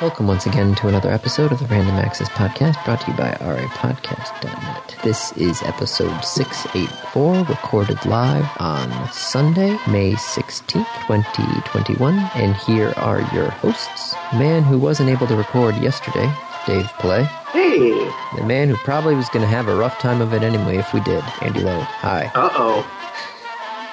Welcome once again to another episode of the Random Access Podcast brought to you by rapodcast.net. This is episode 684, recorded live on Sunday, May 16th, 2021. And here are your hosts man who wasn't able to record yesterday, Dave Play. Hey. The man who probably was going to have a rough time of it anyway if we did, Andy Lowe. Hi. Uh oh.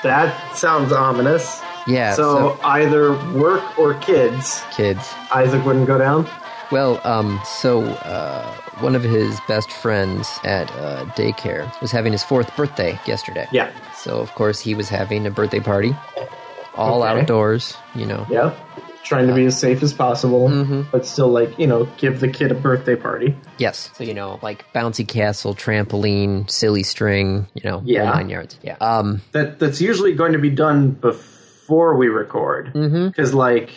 That sounds ominous. Yeah, So, either work or kids. so kids. Isaac wouldn't go down. Well, um, so uh, one of his best friends at uh, daycare was having his fourth birthday yesterday. Yeah. So of course he was having a birthday party, all Okay. outdoors. You know. Yeah. Trying to be as safe as possible, Mm-hmm. but still, like, you know, give the kid a birthday party. Yes. So you know, like bouncy castle, trampoline, silly string. You know, Yeah. whole nine yards. Yeah. Um. That That's usually going to be done before we record. Mm-hmm. Because, like,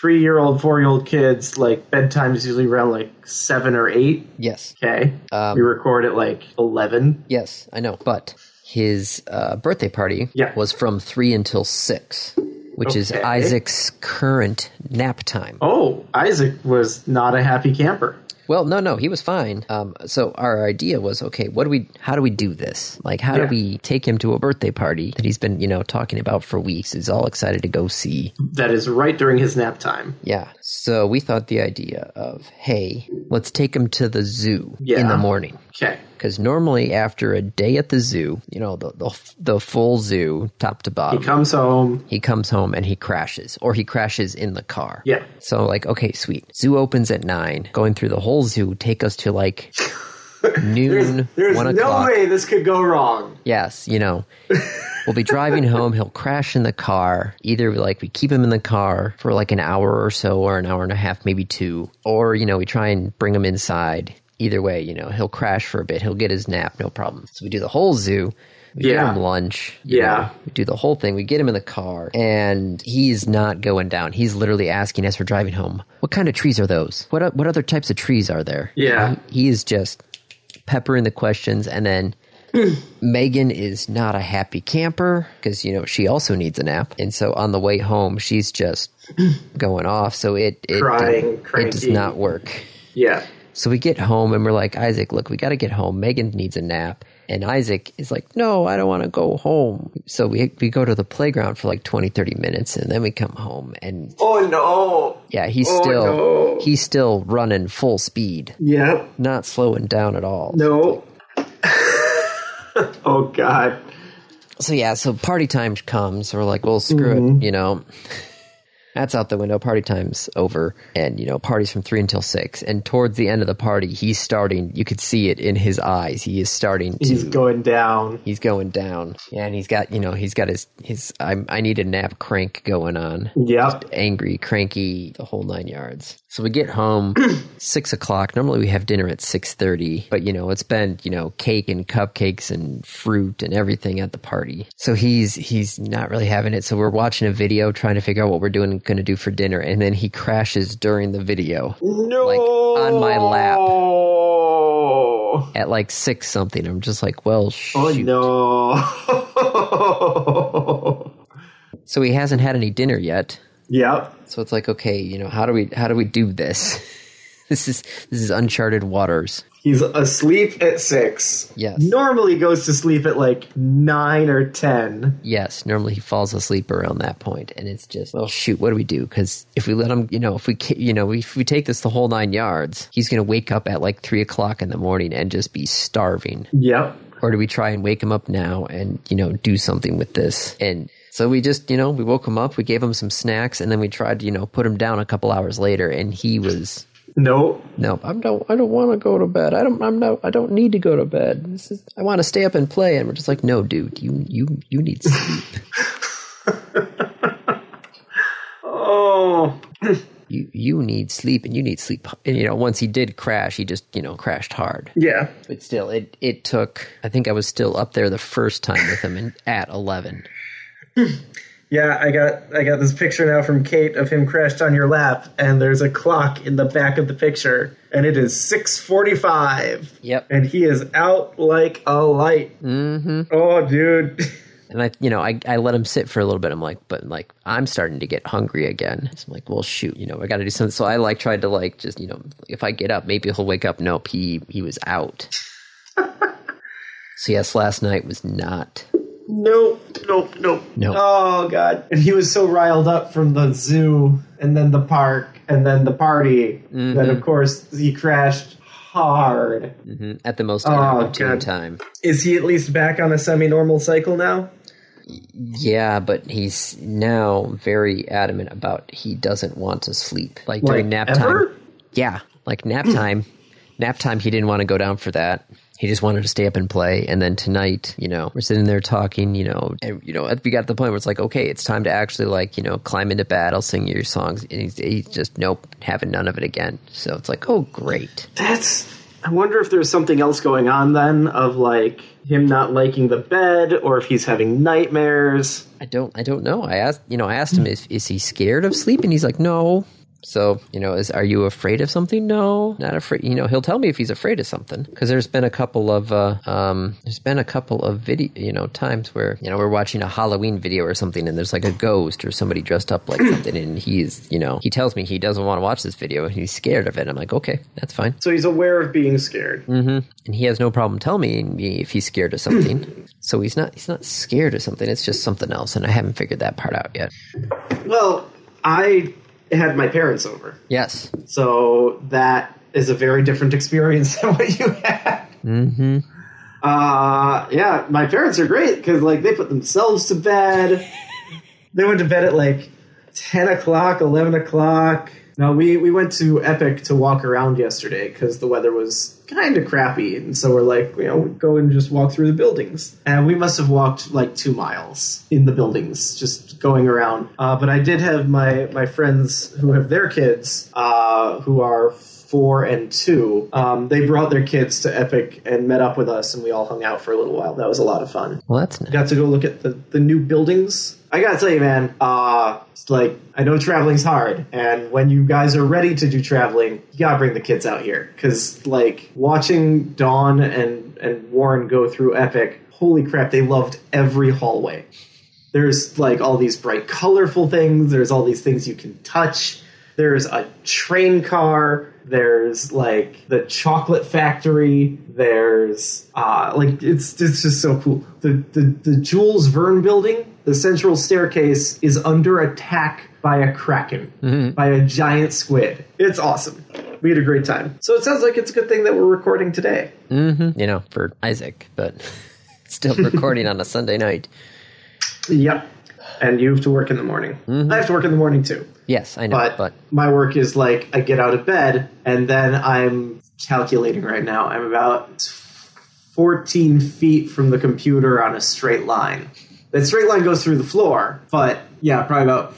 three year old, four year old kids, like, bedtime is usually around, like, seven or eight. Yes. Okay. Um, we record at, like, 11. Yes. I know. But his uh, birthday party Yeah. was from three until six, which is Okay. Isaac's current nap time. Oh, Isaac was not a happy camper. Well, no, no, he was fine. Um, so our idea was, okay, what do we? How do we do this? Like, how do Yeah. we take him to a birthday party that he's been, you know, talking about for weeks? He's all excited to go see. That is right during his nap time. Yeah. So we thought the idea of, hey, let's take him to the zoo in Yeah. the morning. Okay. Because normally after a day at the zoo, you know, the the, the full zoo, top to bottom, He comes home. he comes home and he crashes or he crashes in the car. Yeah. So like, okay, sweet. Zoo opens at nine. Going through the whole zoo, take us to like noon, There's one no o'clock. way this could go wrong. Yes, you know. We'll be driving home. He'll crash in the car. Either like we keep him in the car for like an hour or so, or an hour and a half, maybe two, or you know we try and bring him inside. Either way, you know he'll crash for a bit. He'll get his nap, no problem. So we do the whole zoo. We Yeah. get him lunch. you Yeah. know, we do the whole thing. We get him in the car, and he's not going down. He's literally asking as we're driving home, "What kind of trees are those? What o- what other types of trees are there?" Yeah. he, he is just peppering the questions, and then Megan is not a happy camper because you know she also needs a nap, and so on the way home she's just going off. So it it Crying, it, does cranky. not work. Yeah. So we get home and we're like, Isaac, look, we got to get home. Megan needs a nap, and Isaac is like, No, I don't want to go home. So we we go to the playground for like 20, 30 minutes, and then we come home, and Oh no. yeah, he's Oh, still no. he's still running full speed, Yep. not slowing down at all. No. oh god. so yeah, so party time comes. We're like, well, screw it, you know. That's out the window. Party time's over, and you know, parties from three until six. And towards the end of the party, he's starting. You could see it in his eyes. He is starting to. He's going down. He's going down, Yeah, and he's got you know he's got his his I, I need a nap crank going on Yep. angry, cranky, the whole nine yards. So we get home six o'clock. Normally we have dinner at six thirty, but you know it's been you know cake and cupcakes and fruit and everything at the party. So he's he's not really having it. So we're watching a video trying to figure out what we're doing going to do for dinner, and then he crashes during the video No. Like, on my lap. Oh at like six something. I'm just like, well, shoot. no. So he hasn't had any dinner yet. yep. So it's like, okay, you know, how do we how do we do this? this is this is uncharted waters. He's asleep at six. Yes. Normally goes to sleep at like nine or ten. Yes, normally he falls asleep around that point, and it's just, well, shoot, what do we do? Because if we let him, you know, if we, ca- you know, if we take this the whole nine yards, he's going to wake up at like three o'clock in the morning and just be starving. Yep. Or do we try and wake him up now and you know do something with this? And so we just, you know, we woke him up, we gave him some snacks, and then we tried to, you know, put him down a couple hours later, and he was. Nope. No, I don't. I don't want to go to bed. I don't. I'm not. I don't need to go to bed. This is. I want to stay up and play. And we're just like, no, dude. You. You. You need sleep. Oh. you you need sleep and you need sleep and you know once he did crash he just you know crashed hard Yeah. but still it it took i think i was still up there the first time with him and at 11 Yeah, I got I got this picture now from Kate of him crashed on your lap, and there's a clock in the back of the picture, and it is six forty five. yep And he is out like a light. mm-hmm Oh dude. And I, you know, I, I let him sit for a little bit. I'm like, but like, I'm starting to get hungry again. So I'm like, well, shoot, you know, I got to do something. So I like tried to like just, you know, if I get up, maybe he'll wake up. Nope, he he was out. so yes, last night was not. Nope, nope, nope. Nope. Oh god. And he was so riled up from the zoo and then the park and then the party Mm-hmm. that of course he crashed hard. Mhm. At the most Oh, opportune God. time. Is he at least back on a semi-normal cycle now? Yeah, but he's now very adamant about he doesn't want to sleep. Like, during nap time. ever? Yeah, like nap time. nap time, he didn't want to go down for that. He just wanted to stay up and play. And then tonight, you know, we're sitting there talking, you know, and, you know, we got to the point where it's like, okay, it's time to actually, like, you know, climb into battle, sing your songs. And he's, he's just, nope, having none of it again. So it's like, oh, great. That's I wonder if there's something else going on then of like him not liking the bed or if he's having nightmares. I don't, I don't know. I asked, you know, I asked him, is, is he scared of sleep? And he's like, no. So, you know, is, are you afraid of something? No, not afraid. You know, he'll tell me if he's afraid of something. Cause there's been a couple of, uh, um, there's been a couple of video, you know, times where, you know, we're watching a Halloween video or something and there's like a ghost or somebody dressed up like something and he's, you know, he tells me he doesn't want to watch this video and he's scared of it. I'm like, okay, that's fine. So he's aware of being scared. And he has no problem telling me if he's scared of something. so he's not, he's not scared of something. It's just something else. And I haven't figured that part out yet. Well, I had my parents over. Yes. So that is a very different experience than what you had. Mm-hmm. Uh, yeah, my parents are great because like they put themselves to bed. they went to bed at like ten o'clock, eleven o'clock. No, we we went to Epic to walk around yesterday because the weather was kind of crappy, and so we're like, you know, we go and just walk through the buildings, and we must have walked like two miles in the buildings just going around. Uh, but I did have my my friends who have their kids uh, who are four and two. Um, they brought their kids to Epic and met up with us, and we all hung out for a little while. That was a lot of fun. Well, that's nice. Got to go look at the, the new buildings. I gotta tell you, man, uh, it's like, I know traveling's hard, and when you guys are ready to do traveling, you gotta bring the kids out here. Cause, like, watching Dawn and, and Warren go through Epic, holy crap, they loved every hallway there's like all these bright colorful things there's all these things you can touch there's a train car there's like the chocolate factory there's uh like it's it's just so cool the the, the jules verne building the central staircase is under attack by a kraken by a giant squid it's awesome we had a great time so it sounds like it's a good thing that we're recording today You know, for Isaac, but still recording on a Sunday night. yep and you have to work in the morning i have to work in the morning too Yes, I know, but, but, my work is like I get out of bed and then I'm calculating right now. I'm about 14 feet from the computer on a straight line. That straight line goes through the floor, but yeah, probably about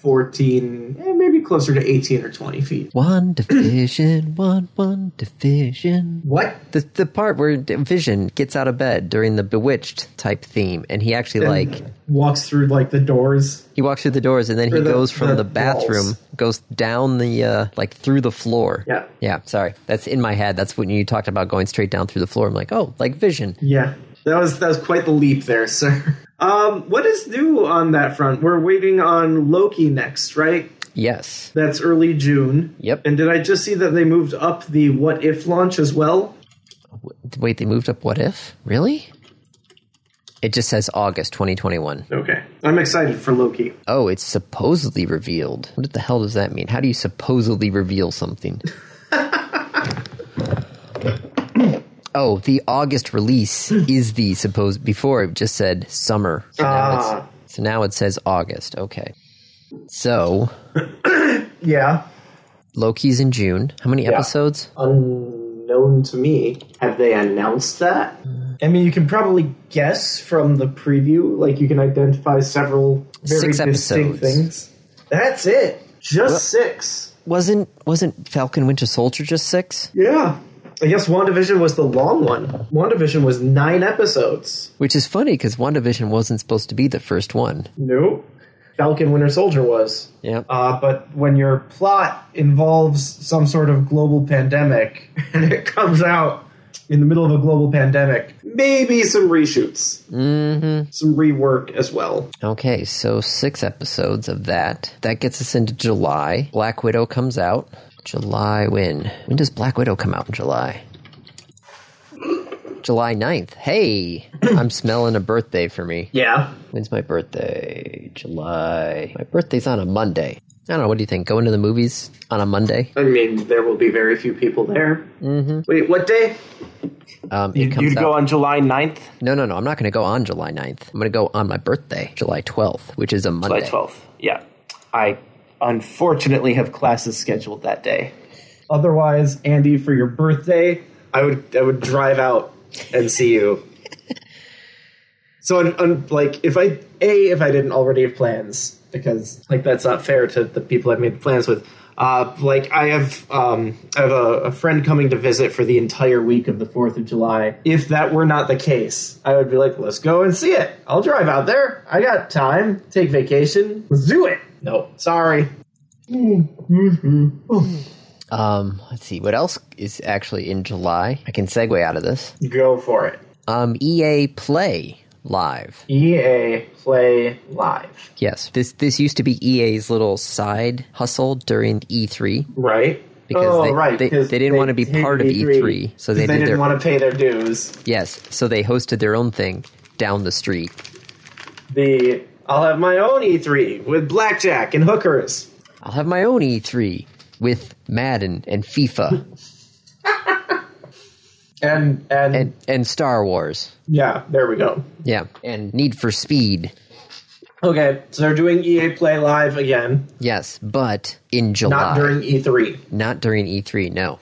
14, eh, maybe closer to 18 or 20 feet. one division, one one division. What? The the part where Vision gets out of bed during the Bewitched type theme, and he actually like walks through like the doors. he walks through the doors, and then he Or the- goes from the the, bathroom, walls. goes down the uh like through the floor. Yeah. yeah. Sorry, that's in my head. That's when you talked about going straight down through the floor. I'm like, oh, like Vision. Yeah, that was that was quite the leap there, sir. Um, what is new on that front? We're waiting on Loki next, right? Yes. That's early June. Yep. And did I just see that they moved up the What If launch as well? Wait, they moved up. What if? Really? It just says August 2021. Okay. I'm excited for Loki. Oh, it's supposedly revealed. What the hell does that mean? How do you supposedly reveal something? oh, the August release is the supposed. Before it just said summer. So now, it's- Ah. so now it says August. Okay. So Yeah. Loki's in June. How many episodes? Unknown to me. Have they announced that? I mean, you can probably guess from the preview. Like, you can identify several very Six distinct episodes. things. That's it. Just six. Wasn't wasn't Falcon Winter Soldier just six? Yeah. I guess WandaVision was the long one. WandaVision was nine episodes. Which is funny because WandaVision wasn't supposed to be the first one. Nope. Falcon Winter Soldier was. Yeah. Uh, but when your plot involves some sort of global pandemic and it comes out in the middle of a global pandemic, maybe some reshoots. Mm-hmm. some rework as well. Okay, so six episodes of that. That gets us into July. Black Widow comes out. July when? When does Black Widow come out in July? July 9th. Hey, I'm smelling a birthday for me. Yeah. When's my birthday? July. My birthday's on a Monday. I don't know. What do you think? Going to the movies on a Monday? I mean, there will be very few people there. Mm-hmm. Wait, what day? Um, it You, comes would out. go on July 9th, no, no, no. I'm not going to go on July 9th. I'm going to go on my birthday, July 12th, which is a July Monday. 12th. Yeah. I unfortunately have classes scheduled that day. Otherwise, Andy, for your birthday, I would I would drive out and see you. so, un, un, like, if I a if I didn't already have plans, because like that's not fair to the people I've made plans with. Uh, like I have, um, I have a, a friend coming to visit for the entire week of the Fourth of July. If that were not the case, I would be like, let's go and see it. I'll drive out there. I got time. Take vacation. Let's do it. No, sorry. Um, let's see. What else is actually in July? I can segue out of this. Go for it. Um, EA Play Live. EA Play Live. Yes. This this used to be EA's little side hustle during E E3. Right? Because they- they- they didn't wanna be part of E3, so they did didn't their- want to pay their dues. Yes. So they hosted their own thing down the street. The I'll have my own E3 with blackjack and hookers. I'll have my own E3 with Madden and FIFA And and, and and Star Wars. yeah, there we go. Yeah. And Need for Speed. Okay, so they're doing EA Play Live again, Yes, but in July. not during E E3. not during E3, no.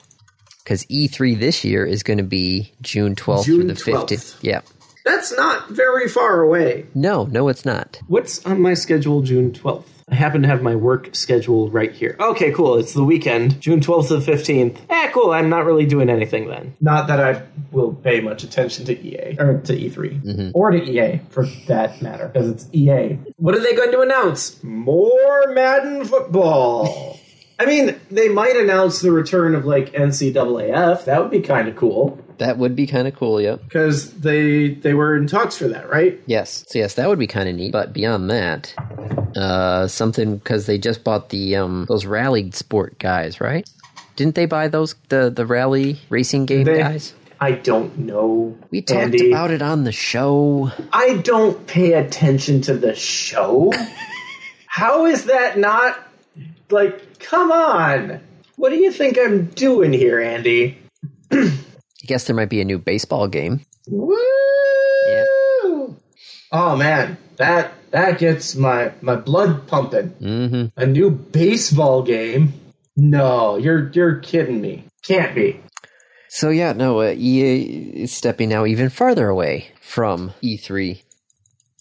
Because E3 this year is going to be June 12th June through the 12th. 15th. Yeah. That's not very far away. No, no, it's not. What's on my schedule June 12th? I happen to have my work schedule right here. Okay, cool. It's the weekend, June 12th to 15th. Eh, cool. I'm not really doing anything then. Not that I will pay much attention to EA or to E3 Mm-hmm. or to EA for that matter, because it's EA. What are they going to announce? More Madden football. I mean, they might announce the return of like NCAAF. That would be kind of cool That would be kind of cool, yeah. because they they were in talks for that, right? Yes. So, yes, that would be kind of neat. But beyond that, uh, something because they just bought the um, those rally sport guys, right? Didn't they buy those the the rally racing game They- guys? I don't know. We talked Andy. about it on the show. I don't pay attention to the show. How is that not like? Come on. What do you think I'm doing here, Andy? I guess there might be a new baseball game. Woo! Oh man, that that gets my my blood pumping. Mm-hmm. A new baseball game? No, you're you're kidding me. Can't be. So yeah, no, uh, EA is stepping now even farther away from E3.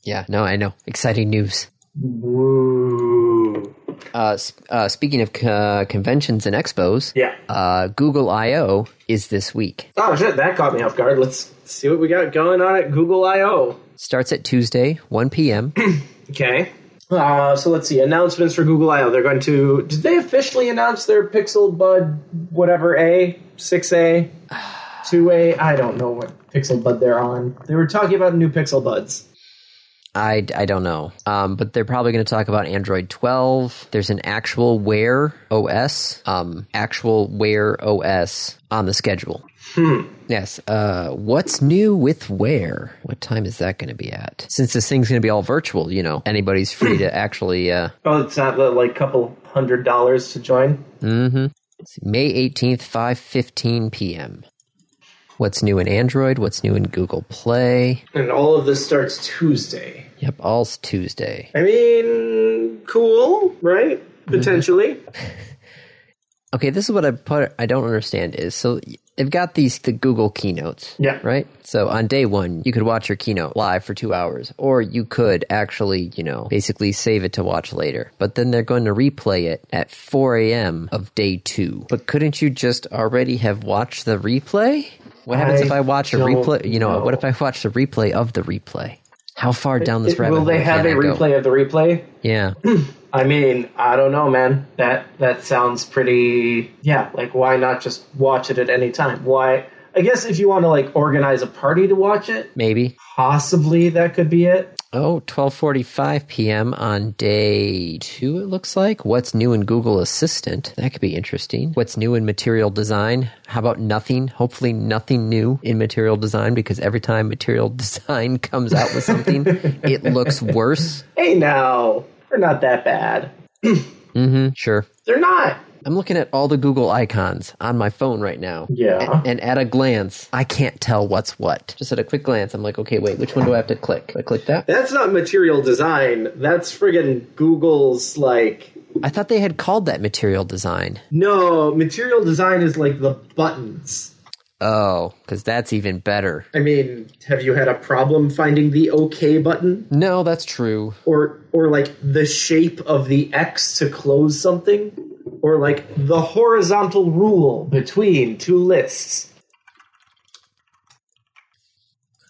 Yeah, no, I know. Exciting news. Woo! Uh, sp- uh, speaking of uh, conventions and expos, Yeah. uh, Google I/O is this week. Oh shit, that caught me off guard. Let's see what we got going on at Google I/O. Starts at Tuesday, 1 p.m. Okay. Uh, so let's see. Announcements for Google I/O. They're going to. Did they officially announce their Pixel Bud whatever A six A two A? I don't know what Pixel Bud they're on. They were talking about new Pixel Buds. I, I don't know. Um, but they're probably going to talk about Android 12. There's an actual Wear OS, um, actual Wear OS on the schedule. Yes. Uh, what's new with Wear? What time is that going to be at? Since this thing's going to be all virtual, you know, anybody's free to actually. Uh, Oh, it's not the, like couple hundred dollars to join. it's mm-hmm. May 18th, 5:15 p.m. What's new in Android? What's new in Google Play? And all of this starts Tuesday. Yep, all's Tuesday. I mean, cool, right? Potentially. Okay, this is what I put. I don't understand is so they've got these the Google keynotes. Yeah. Right. So on day one, you could watch your keynote live for two hours, or you could actually, you know, basically save it to watch later. But then they're going to replay it at 4 a.m. of day two. But couldn't you just already have watched the replay? What happens I if I watch a don't replay? You know, know. what if I watch the replay of the replay? How far down this rabbit Will they hole have a can I go? replay of the replay? Yeah. I mean, I don't know, man. That that sounds pretty. Yeah, like why not just watch it at any time? Why I guess if you want to like organize a party to watch it, Maybe. possibly that could be it. Oh, 12:45 p.m. on day 2 it looks like. What's new in Google Assistant? That could be interesting. What's new in material design? How about nothing? Hopefully nothing new in material design because every time material design comes out with something, it looks worse. Hey, now they're not that bad. Mhm, sure. They're not. I'm looking at all the Google icons on my phone right now. Yeah. And at a glance, I can't tell what's what. Just at a quick glance, I'm like, okay, wait, which one do I have to click? Do I click that? That's not material design. That's friggin' Google's like I thought they had called that material design. no material design is like the buttons. Oh, because that's even better. I mean, have you had a problem finding the OK button No, that's true. or or like the shape of the X to close something or like the horizontal rule between two lists?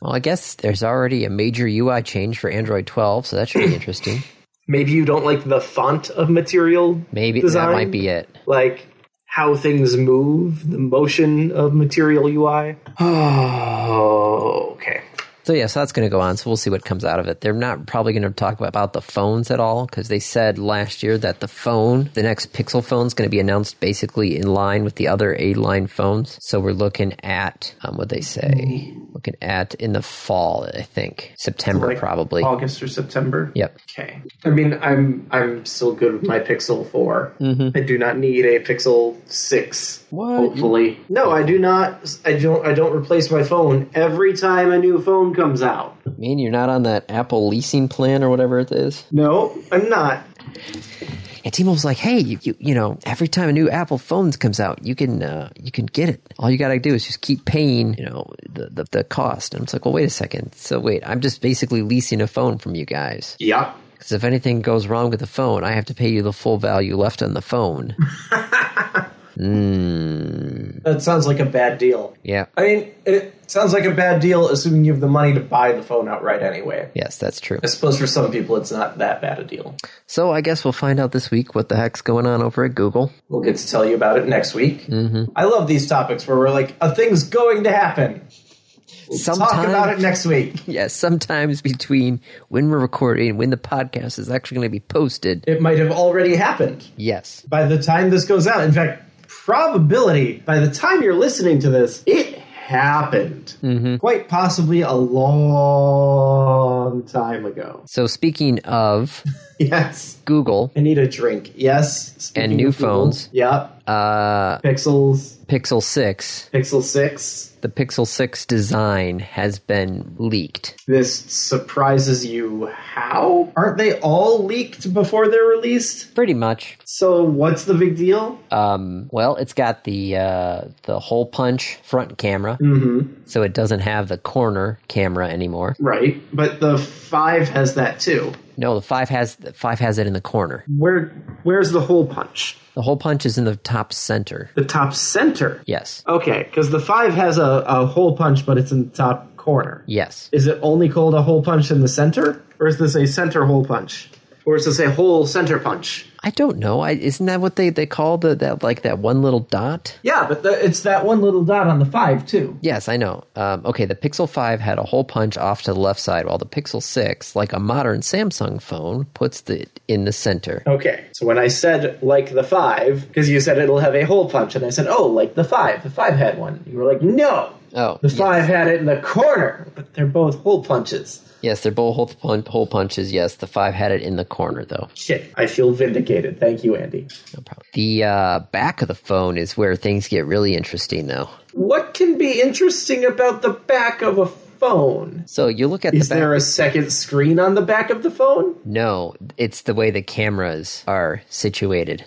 Well, I guess there's already a major UI change for Android 12, so that should be interesting. Maybe you don't like the font of material, Maybe Design? that might be it. like how things move, the motion of material UI. Oh, okay. So yeah, so that's going to go on. So we'll see what comes out of it. They're not probably going to talk about the phones at all because they said last year that the phone, the next Pixel phone, is going to be announced basically in line with the other A-line phones. So we're looking at um, what they say, looking at in the fall, I think September Like probably. August or September. Yep. Okay. I mean, I'm I'm still good with my Pixel 4. I do not need a Pixel 6. What? Hopefully. No, I do not I don't I don't replace my phone every time a new phone comes out. I mean, you're not on that Apple leasing plan or whatever it is. No, I'm not. And T-Mobile's like, hey, you, you, you know, every time a new Apple phone comes out, you can uh, you can get it. All you got to do is just keep paying, you know, the, the, the cost. And it's like, well, wait a second. So wait, I'm just basically leasing a phone from you guys. Yep. Because if anything goes wrong with the phone, I have to pay you the full value left on the phone. mm, That sounds like a bad deal. yeah. I mean, it sounds like a bad deal assuming you have the money to buy the phone outright anyway. Yes, that's true. I suppose for some people it's not that bad a deal. So I guess we'll find out this week what the heck's going on over at Google. We'll get to tell you about it next week. Mm-hmm. I love these topics where we're like, a thing's going to happen. Talk Sometime- about it next week. Yeah, sometimes between when we're recording and when the podcast is actually going to be posted. It might have already happened Yes. by the time this goes out. In fact, probability by the time you're listening to this, it happened. Mm-hmm. Quite possibly a long time ago. So speaking of Yes. Google, I need a drink. Yes. Speaking And new of Google. phones. Yep. uh, Pixels, Pixel 6, Pixel 6. the Pixel 6 design has been leaked. This surprises you how? Aren't they all leaked before they're released? Pretty much. So what's the big deal? Um, well, it's got the uh, the hole punch front camera, Mm-hmm. so it doesn't have the corner camera anymore. Right. But the 5 has that too. No, the five has the five has it in the corner. Where where's the hole punch? The hole punch is in the top center. The top center. Yes. Okay, because the five has a, a hole punch, but it's in the top corner. Yes. Is it only called a hole punch in the center, or is this a center hole punch, or is this a hole center punch? I don't know. I, isn't that what they, they call the that like that one little dot? Yeah, but the, it's that one little dot on the five too. Yes, I know. Um, okay, the Pixel 5 had a hole punch off to the left side, while the Pixel 6, like a modern Samsung phone, puts the in the center. Okay, so when I said like the five, because you said it'll have a hole punch, and I said, oh, like the five, the five had one. You were like, no, Oh, the yes. five had it in the corner, but they're both hole punches. Yes, they're both hole, pun- hole punches. Yes, the 5 had it in the corner, though. Shit, I feel vindicated. Thank you, Andy. No problem. The uh, back of the phone is where things get really interesting, though. What can be interesting about the back of a phone? So you look at Is the back. there a second screen on the back of the phone? no, it's the way the cameras are situated.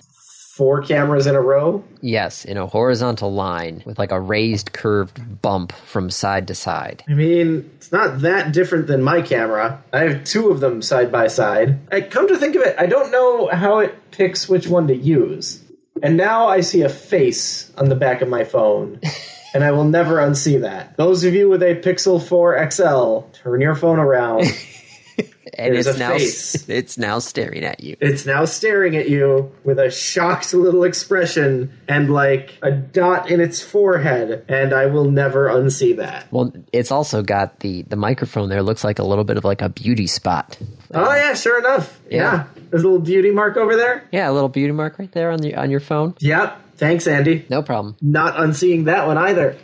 Four cameras in a row? Yes, in a horizontal line with like a raised curved bump from side to side. I mean, it's not that different than my camera. I have two of them side by side. I come to think of it, I don't know how it picks which one to use. And now I see a face on the back of my phone. And I will never unsee that. Those of you with a Pixel 4 XL, turn your phone around and There's it's a now face. it's now staring at you. It's now staring at you with a shocked little expression and like a dot in its forehead, and I will never unsee that. Well, it's also got the the microphone there. Looks like a little bit of like a beauty spot. Oh yeah, sure enough. Yeah. There's a little beauty mark over there. Yeah, a little beauty mark right there on the on your phone. Yep. Thanks, Andy. No problem. Not unseeing that one either.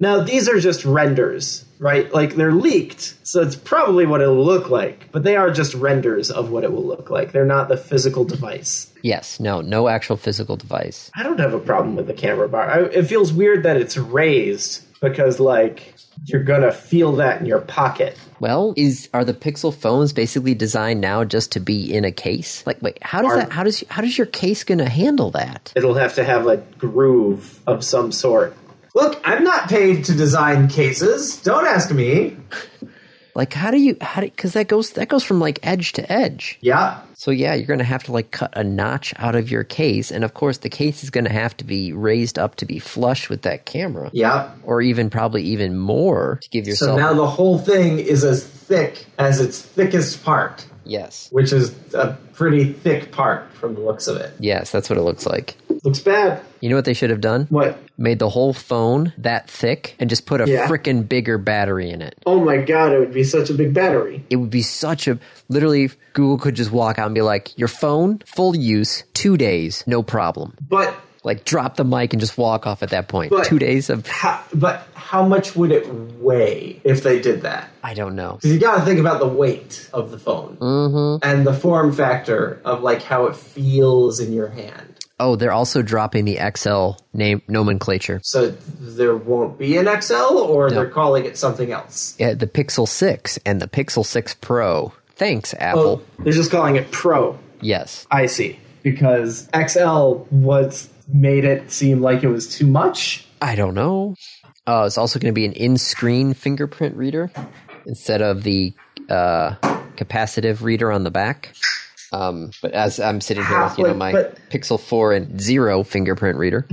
Now these are just renders, right? Like they're leaked, so it's probably what it'll look like, but they are just renders of what it will look like. They're not the physical device. Yes, no, no actual physical device. I don't have a problem with the camera bar. I, it feels weird that it's raised because, like, you're gonna feel that in your pocket. Well, is are the Pixel phones basically designed now just to be in a case? Like, wait, how does that? How does how does your case gonna handle that? It'll have to have a groove of some sort. Look, I'm not paid to design cases. Don't ask me. Like, how do you how because that goes that goes from like edge to edge. Yeah. So yeah, you're gonna have to like cut a notch out of your case, and of course the case is gonna have to be raised up to be flush with that camera, Yeah. or even probably even more to give yourself. So now the whole thing is as thick as its thickest part, yes, which is a pretty thick part from the looks of it. yes, that's what it looks like. Looks bad. You know what they should have done? What? Made the whole phone that thick and just put a Yeah. frickin' bigger battery in it. Oh my god, it would be such a big battery. it would be such a literally Google could just walk out and be like, your phone full use, two days, no problem. But Like drop the mic and just walk off at that point. But- two days of How, but how much would it weigh if they did that? I don't know. 'Cause you got to think about the weight of the phone and the form factor of like how it feels in your hand. Oh, they're also dropping the XL name nomenclature. So there won't be an XL, or they're calling it something else. Yeah, the Pixel Six and the Pixel Six Pro. Thanks, Oh, Apple. they're just calling it Pro. Yes. I see because XL was made it seem like it was too much. I don't know. Uh, it's also going to be an in-screen fingerprint reader instead of the uh, capacitive reader on the back. Um, but as I'm sitting here with you know Halfway- my but- Pixel Four and zero fingerprint reader,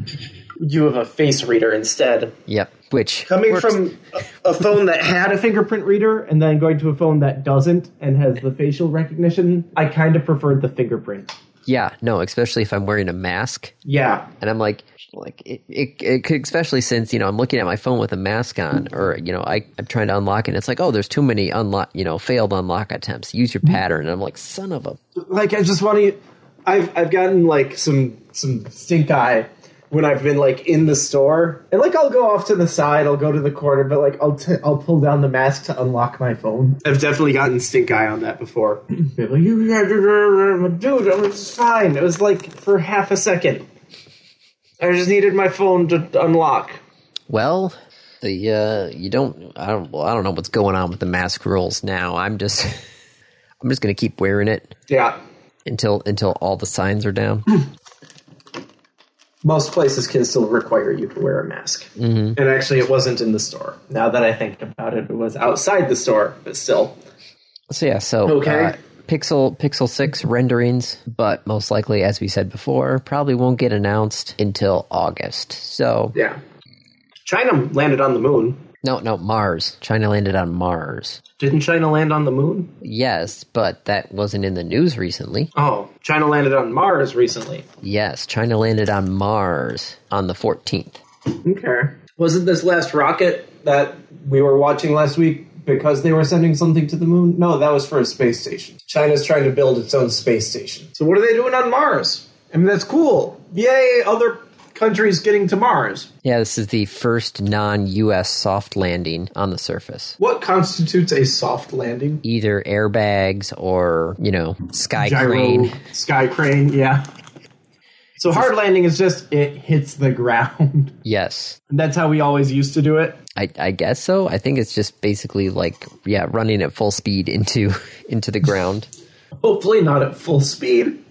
You have a face reader instead. yep, which Coming works- from a, a phone that had a fingerprint reader and then going to a phone that doesn't and has the facial recognition, I kind of preferred the fingerprint. yeah, no, especially if I'm wearing a mask, Yeah. and I'm like, like it, it, it could, especially since you know I'm looking at my phone with a mask on, or you know I I'm trying to unlock it, and it's like, oh, there's too many unlock, you know, failed unlock attempts. Use your Mm-hmm. pattern, and I'm like, son of a Like I just want to I've I've gotten like some some stink eye when I've been like in the store. And like I'll go off to the side, I'll go to the corner, but like I'll t- I'll pull down the mask to unlock my phone. I've definitely gotten stink eye on that before. People, you dude, it was fine. It was like for half a second. I just needed my phone to unlock. Well, the uh, you don't I don't well, I don't know what's going on with the mask rules now. I'm just I'm just gonna keep wearing it Yeah. until until all the signs are down. most places can still require you to wear a mask. Mm-hmm. And actually, it wasn't in the store. Now that I think about it, it was outside the store, but still. so yeah, so Okay. uh, Pixel Pixel Six renderings, but most likely, as we said before, probably won't get announced until August. So Yeah. China landed on the moon. no, no Mars. China landed on Mars. Didn't China land on the moon? Yes, but that wasn't in the news recently. Oh, China landed on Mars recently. Yes, China landed on Mars on the 14th. Okay. Wasn't this last rocket that we were watching last week because they were sending something to the moon? No, that was for a space station. China's trying to build its own space station. So what are they doing on Mars? I mean, that's cool. Yay, other countries getting to Mars. Yeah, this is the first non US soft landing on the surface. What constitutes a soft landing? Either airbags or, you know, sky crane. Sky crane, yeah. So hard landing is just it hits the ground. Yes. And that's how we always used to do it. I, I guess so. I think it's just basically like yeah, running at full speed into into the ground. Hopefully not at full speed.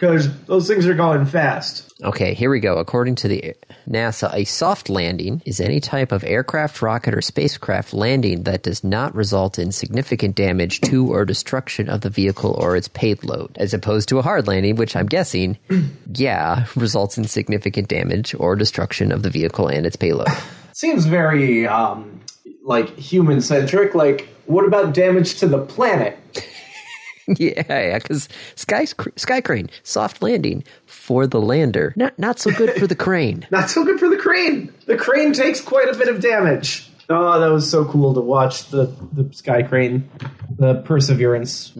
Because those things are going fast. Okay, here we go. According to the NASA, a soft landing is any type of aircraft, rocket, or spacecraft landing that does not result in significant damage to or destruction of the vehicle or its payload, as opposed to a hard landing, which I'm guessing, yeah, results in significant damage or destruction of the vehicle and its payload. Seems very um like human centric. Like, what about damage to the planet? yeah, yeah, because sky sky crane soft landing for the lander, not not so good for the crane. Not so good for the crane. The crane takes quite a bit of damage. Oh, that was so cool to watch the the sky crane, the Perseverance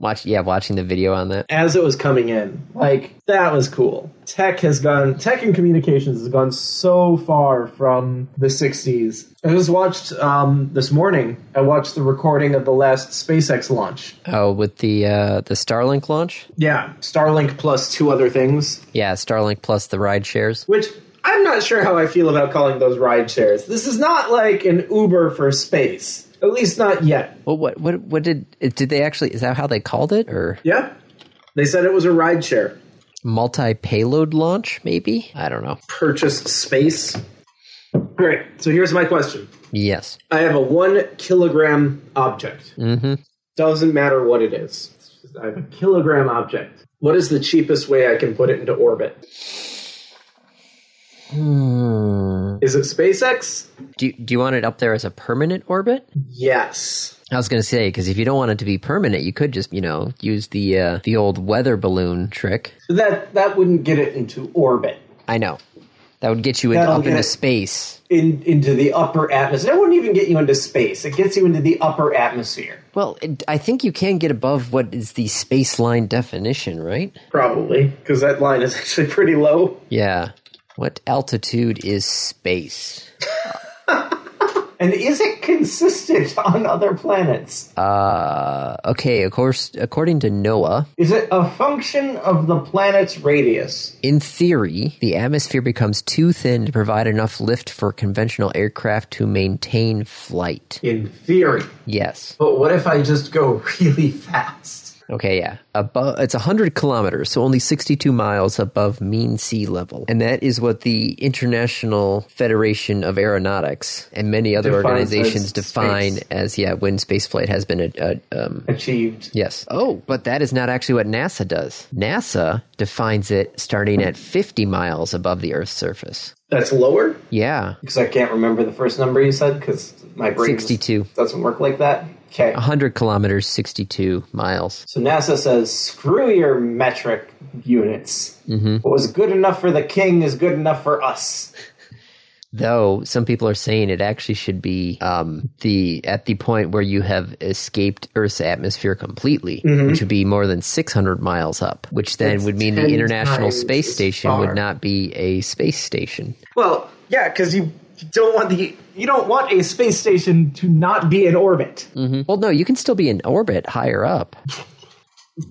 Watch, yeah, watching the video on that. as it was coming in. Like that was cool. Tech has gone tech and communications has gone so far from the 60s. I just watched um, this morning. I watched the recording of the last SpaceX launch. Oh, with the uh, the Starlink launch. Yeah, Starlink plus two other things, Yeah, Starlink plus the ride shares. which I'm not sure how I feel about calling those ride shares. This is not like an Uber for space. At least not yet. Well, what what what did did they actually? Is that how they called it, or Yeah. They said it was a ride share. multi payload launch? Maybe I don't know. Purchase space. All right. So here's my question. Yes, I have a one kilogram object. Mm-hmm. Doesn't matter what it is. I have a kilogram object. What is the cheapest way I can put it into orbit? Is it SpaceX? do do you want it up there as a permanent orbit? Yes. I was going to say because if you don't want it to be permanent, you could just you know use the uh, the old weather balloon trick. That that wouldn't get it into orbit. I know that would get you in, That'll up get into it. space. In, into the upper atmosphere. That wouldn't even get you into space. It gets you into the upper atmosphere. Well, it, I think you can get above what is the space line definition, right? Probably, because that line is actually pretty low. Yeah. What altitude is space? And is it consistent on other planets? Uh, okay, of course, according to NOAA, Is it a function of the planet's radius? in theory, the atmosphere becomes too thin to provide enough lift for conventional aircraft to maintain flight. In theory. Yes. But what if I just go really fast? Okay, yeah. Above, it's 100 kilometers, so only 62 miles above mean sea level. And that is what the International Federation of Aeronautics and many other Defines as organizations space. define as, yeah, when spaceflight has been a, a, um, Achieved. Yes. Oh, but that is not actually what NASA does. NASA defines it starting at 50 miles above the Earth's surface. That's lower? Yeah, Because I can't remember the first number you said, because my brain 62. doesn't work like that. Okay. 100 kilometers, 62 miles. So NASA says, screw your metric units. Mm-hmm. What was good enough for the king is good enough for us. Though some people are saying it actually should be um, the at the point where you have escaped Earth's atmosphere completely, which would be more than 600 miles up, which then Mm-hmm. That's would mean the 10 International times Space as Station far. would not be a space station. Well, yeah, because you don't want the you don't want a space station to not be in orbit. Well, no, you can still be in orbit higher up.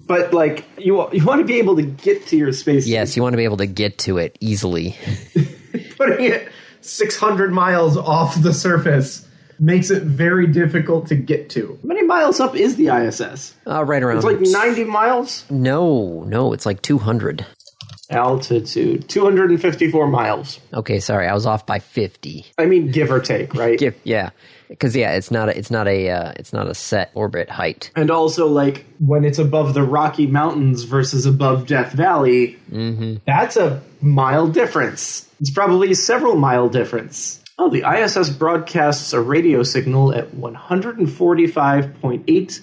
But like you you want to be able to get to your space Yes, you want to be able to get to it easily. putting it 600 miles off the surface makes it very difficult to get to. How many miles up is the ISS? Uh, right around. It's like 90 miles no, no, it's like 200. altitude, 254 miles. Okay, sorry, I was off by 50. I mean, give or take, right? Yeah, yeah, because yeah, it's not a, it's not a, uh, it's not a set orbit height. And also, like when it's above the Rocky Mountains versus above Death Valley, that's a mile difference. It's probably several mile difference. Oh, the ISS broadcasts a radio signal at 145.8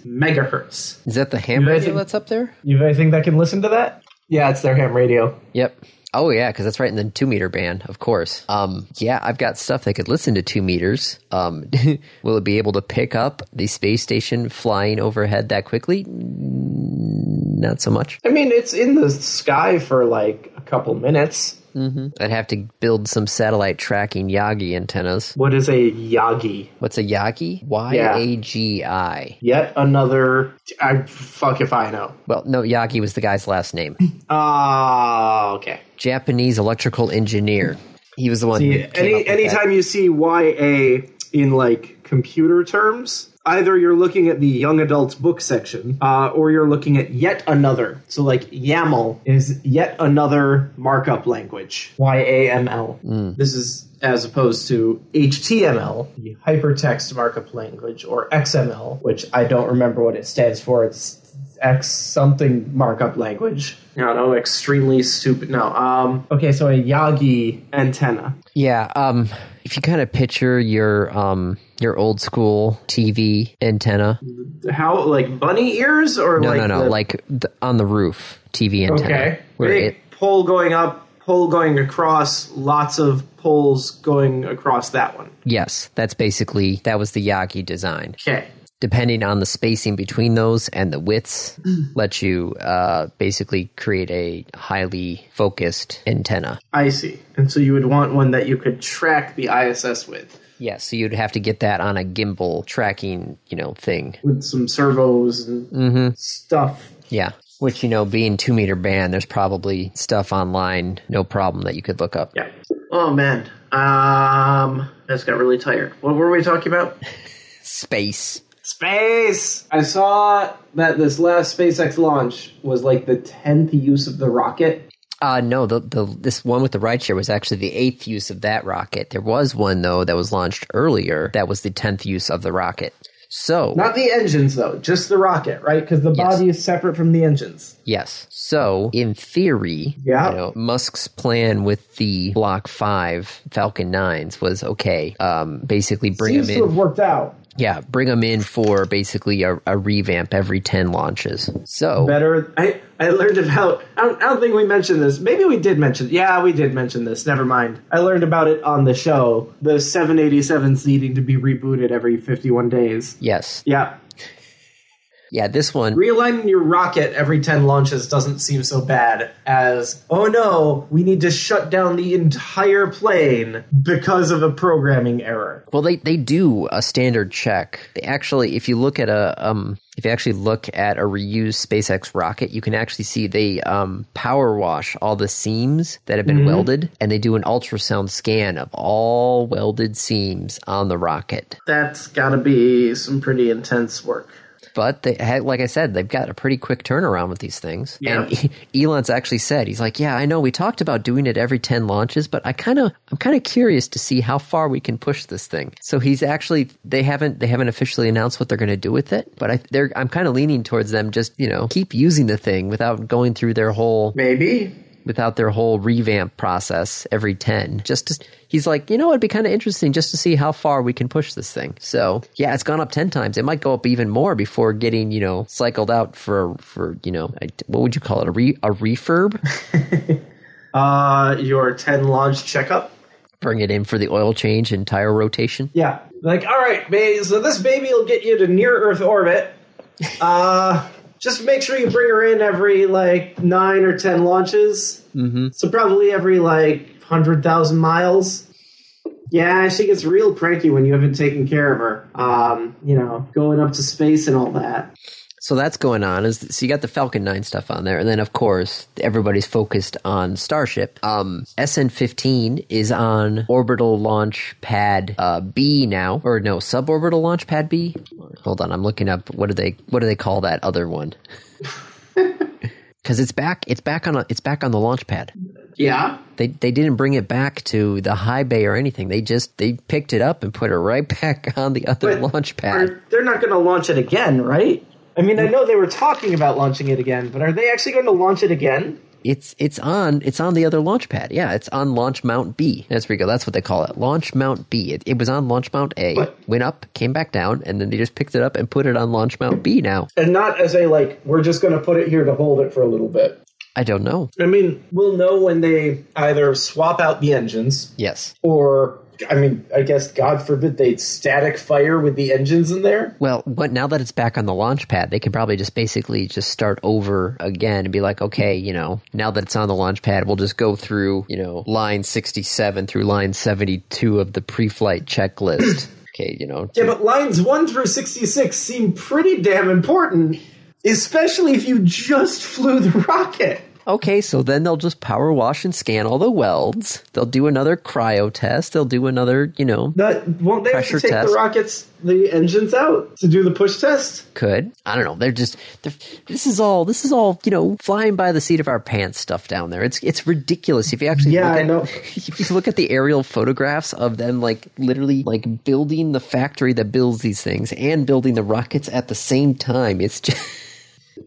megahertz. Is that the ham radio think- that's up there? You have anything that can listen to that? Yeah, it's their ham radio. Yep. Oh yeah, because that's right in the two meter band, of course. Um, yeah, I've got stuff that could listen to two meters. Um, will it be able to pick up the space station flying overhead that quickly? Mm, Not so much. I mean, it's in the sky for like a couple minutes. I'd have to build some satellite tracking Yagi antennas. What is a Yagi? What's a Yagi? Y A G I. Yet another. I fuck if I know. Well, no, Yagi was the guy's last name. Ah, okay. Japanese electrical engineer. He was the one. who Yeah, came up any with that. anytime you see YA in like computer terms, either you're looking at the young adults book section, uh, or you're looking at yet another. So like YAML is yet another markup language. YAML. Mm. This is as opposed to HTML, the hypertext markup language, or XML, which I don't remember what it stands for. It's X something markup language. No, no, extremely stupid. No, um, Okay, so a Yagi antenna. Yeah, um if you kind of picture your um your old school TV antenna. How like bunny ears or No, like no, no, the- like the, on the roof TV antenna. Okay. Where big it pole going up, pole going across, lots of poles going across that one. yes, that's basically that was the Yagi design. Okay. Depending on the spacing between those and the widths, Mm. lets you uh basically create a highly focused antenna. I see. And so you would want one that you could track the ISS with, Yeah, so you'd have to get that on a gimbal tracking, you know, thing. with some servos and Mm-hmm. stuff. Yeah. Which, you know, being two meter band, there's probably stuff online, no problem that you could look up. Yeah. Oh man. Um, I just got really tired. What were we talking about? Space. Space. I saw that this last SpaceX launch was like the 10th use of the rocket. Uh no, the the this one with the rideshare was actually the eighth use of that rocket. There was one though that was launched earlier that was the tenth use of the rocket. So Not the engines, though, just the rocket, right? Because the Yes. body is separate from the engines. yes. So in theory, Yeah. you know, Musk's plan with the Block Five Falcon Nines was okay. Um basically bring Seems them to in have worked out Yeah, bring them in for basically a, a revamp every 10 launches. So, better. I I learned about. I don't, I don't think we mentioned this. Maybe we did mention. Yeah, we did mention this. Never mind. I learned about it on the show. The 787s needing to be rebooted every 51 days. yes. Yeah. Yeah, this one, Realigning your rocket every 10 launches doesn't seem so bad as, oh no, we need to shut down the entire plane because of a programming error. well, they, they do a standard check. They actually, if you look at a, um, if you actually look at a reused SpaceX rocket, you can actually see they um, power wash all the seams that have been welded, and they do an ultrasound scan of all welded seams on the rocket. That's got to be some pretty intense work. But they, ha- like I said, they've got a pretty quick turnaround with these things. Yeah. And Elon's actually said he's like, "Yeah, I know we talked about doing it every ten launches, but I kind of I'm kind of curious to see how far we can push this thing." So he's actually they haven't they haven't officially announced what they're going to do with it, but I they're I'm kind of leaning towards them just you know keep using the thing without going through their whole Maybe. without their whole revamp process every 10 just to, he's like you know it'd be kind of interesting just to see how far we can push this thing so yeah it's gone up 10 times it might go up even more before getting you know cycled out for for you know I, what would you call it a re a refurb Uh, your 10 launch checkup. bring it in for the oil change and tire rotation Yeah. Like, all right, ba- so this baby will get you to near Earth orbit. Uh, Just make sure you bring her in every like nine or 10 launches. mm-hmm. So probably every like 100,000 miles. Yeah, she gets real cranky when you haven't taken care of her. Um, you know, going up to space and all that. so that's going on is so you got the falcon 9 stuff on there and then of course everybody's focused on starship um, sn15 is on orbital launch pad uh, b now or no suborbital launch pad b hold on i'm looking up what do they what do they call that other one because it's back it's back on a, it's back on the launch pad Yeah. they they didn't bring it back to the high bay or anything they just they picked it up and put it right back on the other But launch pad Are, they're not going to launch it again, right? I mean, I know they were talking about launching it again, but are they actually going to launch it again? It's it's on it's on the other launch pad. Yeah, it's on launch mount B. That's where you go. That's what they call it. Launch mount B. It, it was on launch mount A. But- went up, came back down, and then they just picked it up and put it on launch mount B. Now and not as a, like, we're just going to put it here to hold it for a little bit. I don't know. I mean, we'll know when they either swap out the engines Yes. or. I mean, I guess God forbid they static fire with the engines in there. Well, but now that it's back on the launch pad, they could probably just basically just start over again and be like, okay, you know, now that it's on the launch pad, we'll just go through, you know, line 67 through line 72 of the pre-flight checklist. okay, you know, Yeah, but lines 1 through 66 seem pretty damn important, especially if you just flew the rocket. Okay, so then they'll just power wash and scan all the welds. They'll do another cryo test. They'll do another, you know, That won't they have to Pressure take test. the rockets, the engines out to do the push test? could. I don't know. They're just they're, this is all this is all, you know, flying by the seat of our pants stuff down there. It's it's ridiculous. If you actually Yeah, look I at, know. if you look at the aerial photographs of them like literally like building the factory that builds these things and building the rockets at the same time, it's just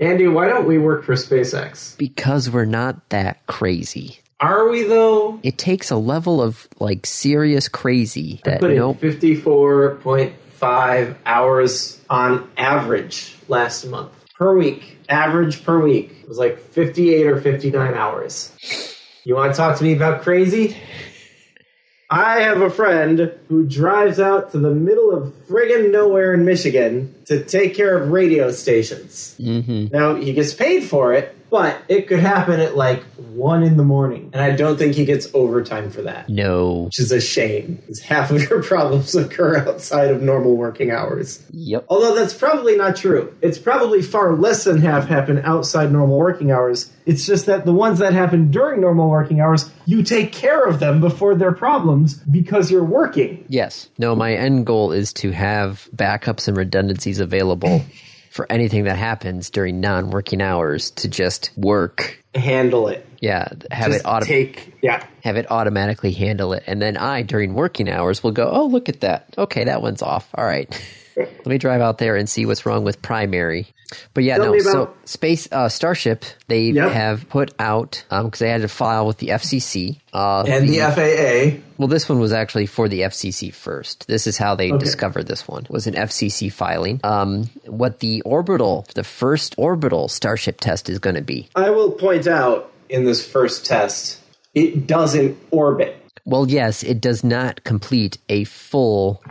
Andy, why don't we work for SpaceX? because we're not that crazy. Are we though? It takes a level of like serious crazy that Put in nope. 54.5 hours on average last month per week. Average per week it was like 58 or 59 hours. You want to talk to me about crazy? I have a friend who drives out to the middle of friggin' nowhere in Michigan to take care of radio stations. hmm Now he gets paid for it, but it could happen at like one in the morning, and I don't think he gets overtime for that No. which is a shame because half of your problems occur outside of normal working hours. Yep. Although that's probably not true. It's probably far less than half happen outside normal working hours. It's just that the ones that happen during normal working hours, you take care of them before they're problems because you're working. Yes. No, my end goal is to have backups and redundancies available for anything that happens during non working hours to just work. Handle it. Yeah. Have Just it auto- take. Yeah. have it automatically handle it. And then I, during working hours, will go, oh, look at that. Okay, that one's off. All right. Let me drive out there and see what's wrong with primary. But yeah, Tell no, me so about- Space uh, Starship, they Yep. have put out, because they had to file with the FCC. Uh, And the FAA. well, this one was actually for the FCC first. This is how they discovered this one was an FCC filing. Um, what the orbital, the first orbital Starship test is going to be. I will point out in this first test, it doesn't orbit. Well, yes, it does not complete a full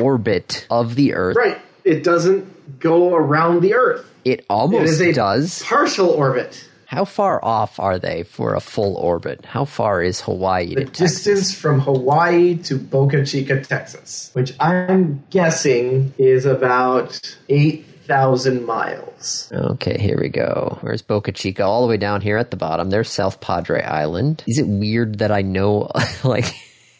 orbit of the Earth. Right. It doesn't go around the Earth. It almost It is a- does. Partial orbit. How far off are they for a full orbit? How far is Hawaii to Texas? distance from Hawaii to Boca Chica, Texas, which I'm guessing is about 8,000 miles. Okay, here we go. Where's Boca Chica? All the way down here at the bottom. There's South Padre Island. Is it weird that I know, like,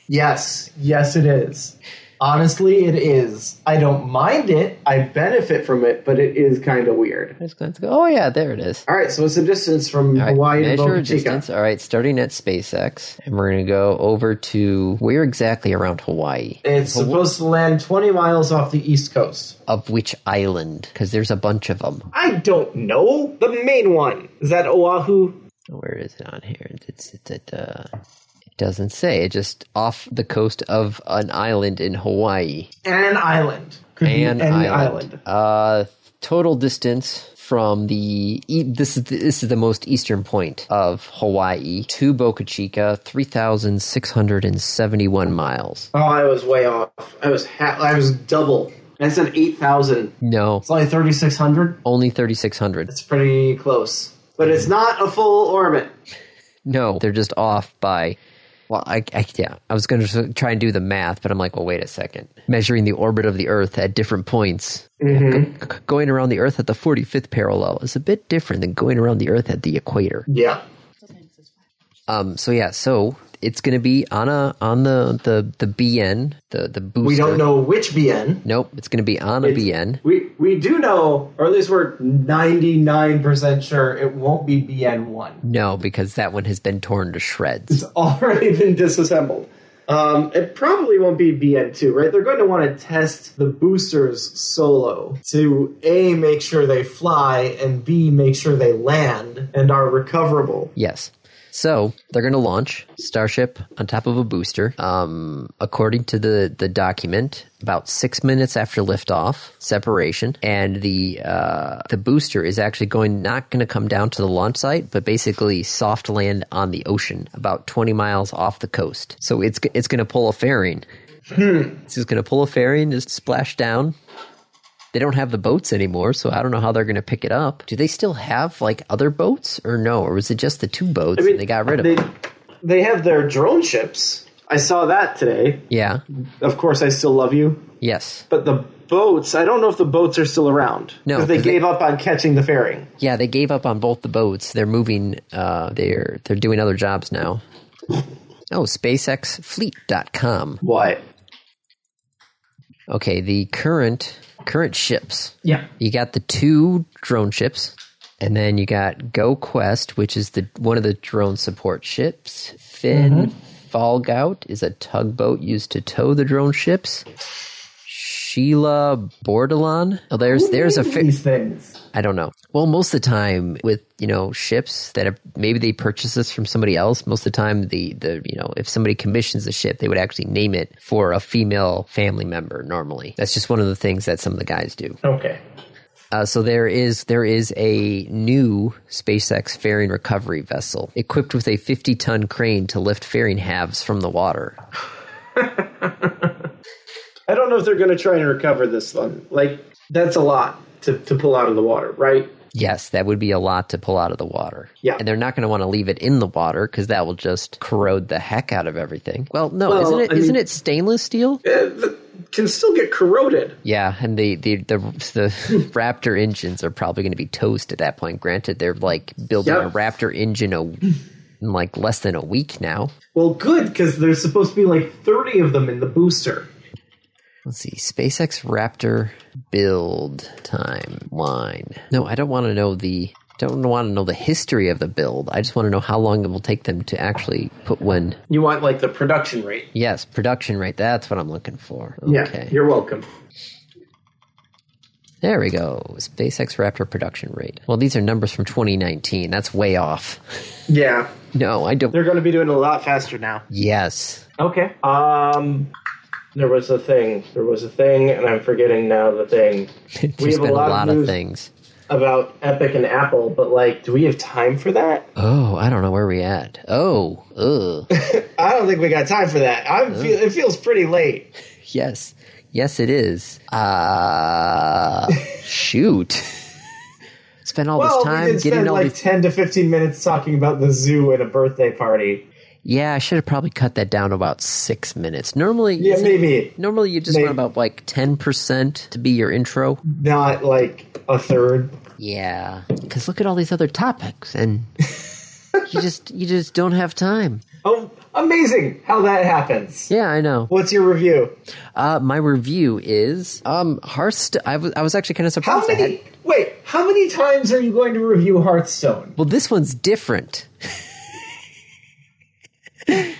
Yes, yes, it is. Honestly, it is. I don't mind it. I benefit from it, but it is kind of weird. Let's go- let's go- Oh yeah, there it is. All right, so what's the distance from All right, Hawaii to measure Boca Chica? distance. All right, starting at SpaceX, and we're gonna go over to where exactly around Hawaii, It's supposed to land 20 miles off the east coast. of which island? Because there's a bunch of them. I don't know. The main one. Is that Oahu? Where is it on here? It's it's at. Uh, it doesn't say. It just off the coast of an island in Hawaii. An island. Could be An any island. Uh, total distance from the e- this is the, this is the most eastern point of Hawaii to Boca Chica, three thousand six hundred and seventy one miles. Oh, I was way off. I was ha- I was double. I said eight thousand. No, It's only thirty six hundred. only 3600. It's pretty close, but it's not a full orbit. No, they're just off by well, I, I yeah, I was going to try and do the math, but I'm like, well, wait a second. Measuring the orbit of the Earth at different points, Mm-hmm. G- g- going around the Earth at the 45th parallel is a bit different than going around the Earth at the equator. Yeah, Um, so yeah, so it's going to be on a on the the the BN, the the booster. we don't know which BN. Nope, it's going to be on a BN. We we do know, or at least we're ninety nine percent sure it won't be BN one. No, because that one has been torn to shreds. It's already been disassembled. Um, it probably won't be BN two, right? They're going to want to test the boosters solo to a make sure they fly and b make sure they land and are recoverable. Yes. So they're going to launch Starship on top of a booster. Um, according to the, the document, about six minutes after liftoff, separation, and the uh, the booster is actually going not going to come down to the launch site, but basically soft land on the ocean, about twenty miles off the coast. So it's g- it's going to pull a fairing. it's just going to pull a fairing, just splash down, they don't have the boats anymore, so I don't know how they're going to pick it up. Do they still have like other boats or no? Or was it just the two boats and they got rid of they, them? They have their drone ships. I saw that today. Yeah. Of course, I still love you, Yes. but the boats. I don't know if the boats are still around. No, 'Cause they 'cause gave up on catching the fairing. Yeah, they gave up on both the boats. They're moving uh they're they're doing other jobs now. Oh, SpaceXfleet.com. What? Okay, the current current ships. Yeah. You got the two drone ships, and then you got Go Quest, which is the one of the drone support ships. Finn Falgout is a tugboat used to tow the drone ships. Sheila Bordelon. Oh, there's there's a fi- these things. I don't know. Well, most of the time with you know ships that have, maybe they purchase this from somebody else. Most of the time, the the you know if somebody commissions a ship, they would actually name it for a female family member. Normally, that's just one of the things that some of the guys do. Okay. Uh, so there is there is a new SpaceX fairing recovery vessel equipped with a 50 ton crane to lift fairing halves from the water. I don't know if they're going to try and recover this one. Like, that's a lot to, to pull out of the water, right? Yes, that would be a lot to pull out of the water. Yeah. and they're not going to want to leave it in the water because that will just corrode the heck out of everything. Well, no, Well, isn't it? I not mean- it stainless steel? Eh, th- can still get corroded. Yeah, and the the the, the Raptor engines are probably going to be toast at that point. Granted, they're like building Yeah. a Raptor engine a, in like less than a week now. Well, good, because there's supposed to be like 30 of them in the booster. Let's see. SpaceX Raptor build timeline. No, I don't want to know the don't want to know the history of the build. I just want to know how long it will take them to actually put one. You want like the production rate. Yes, production rate. That's what I'm looking for. Yeah, Okay. you're welcome. there we go. SpaceX Raptor production rate. Well, these are numbers from 2019. That's way off. Yeah, No, I don't. they're going to be doing it a lot faster now. Yes. Okay. Um, there was a thing. There was a thing, and I'm forgetting now the thing There's We have a been a lot of lot of news. things. about Epic and Apple. But like, do we have time for that? Oh, I don't know where we at. Oh, ugh. I don't think we got time for that. I'm feel, it feels pretty late. Yes. Yes, it is. Uh, shoot. Spent all Well, this we time did getting spend all like these. ten to fifteen minutes talking about the zoo at a birthday party. Yeah, I should have probably cut that down to about six minutes. Normally, Yeah, isn't- maybe normally you just Maybe. want about like ten percent to be your intro. not like a third. Yeah, because look at all these other topics, and you just you just don't have time. Oh, amazing how that happens. Yeah, I know. What's your review? Uh, my review is um Hearthstone. I was I was actually kind of surprised. How I had- many? Wait, how many times are you going to review Hearthstone? well, this one's different.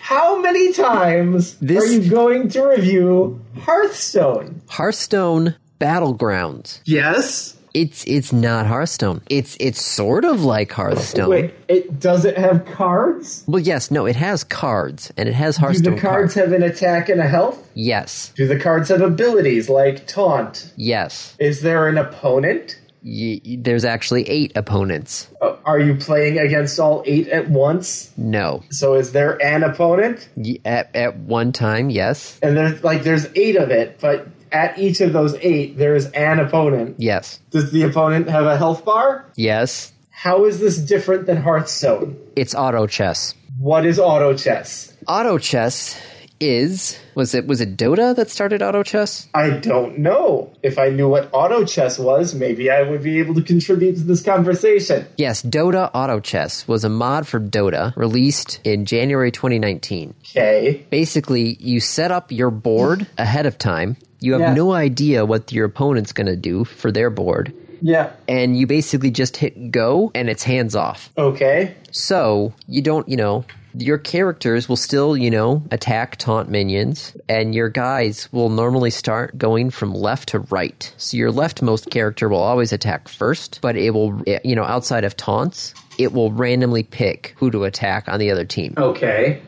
How many times This- are you going to review Hearthstone? Hearthstone Battlegrounds. Yes. It's it's not Hearthstone. It's it's sort of like Hearthstone. Wait, it does it have cards? Well, yes, no, it has cards and it has Do the Hearthstone cards. cards have an attack and a health? Yes, Do the cards have abilities like taunt? yes. Is there an opponent? Y- y- there's actually eight opponents. Uh, Are you playing against all eight at once? No, So is there an opponent? Y- at at one time, yes, And there's like there's eight of it, but at each of those eight there is an opponent. yes, Does the opponent have a health bar? yes. How is this different than Hearthstone? It's auto chess. What is auto chess? Auto chess is was it was it Dota that started auto chess? I don't know. If I knew what auto chess was, maybe I would be able to contribute to this conversation. Yes, Dota Auto Chess was a mod for Dota released in January 2019. Okay. basically you set up your board ahead of time. You have Yeah. no idea what your opponent's going to do for their board. Yeah. And you basically just hit go and it's hands off. Okay. So you don't, you know, your characters will still, you know, attack taunt minions, and your guys will normally start going from left to right. So your leftmost character will always attack first, but it will, it- you know, outside of taunts, it will randomly pick who to attack on the other team. Okay.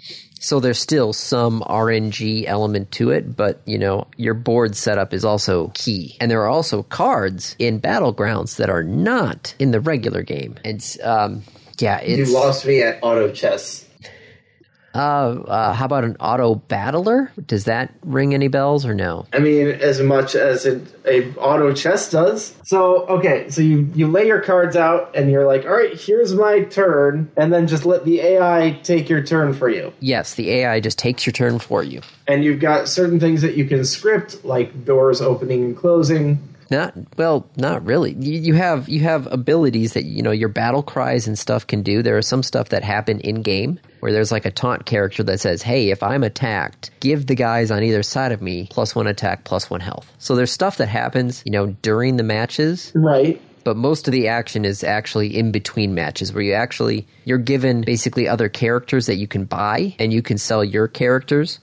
So there's still some RNG element to it, but you know, your board setup is also key. And there are also cards in Battlegrounds that are not in the regular game. It's um yeah, You it's lost me at auto chess. uh, uh how about an auto battler? Does that ring any bells or no? I mean, as much as an a auto chess does. So okay, so you you lay your cards out, and you're like, all right, here's my turn, and then just let the AI take your turn for you. Yes, the AI just takes your turn for you. And you've got certain things that you can script, like doors opening and closing. Not well, not really. You, you have you have abilities that you know your battle cries and stuff can do. There are some stuff that happen in game where there's like a taunt character that says, "Hey, if I'm attacked, give the guys on either side of me plus one attack, plus one health." So there's stuff that happens, you know, during the matches, Right. but most of the action is actually in between matches where you actually you're given basically other characters that you can buy and you can sell your characters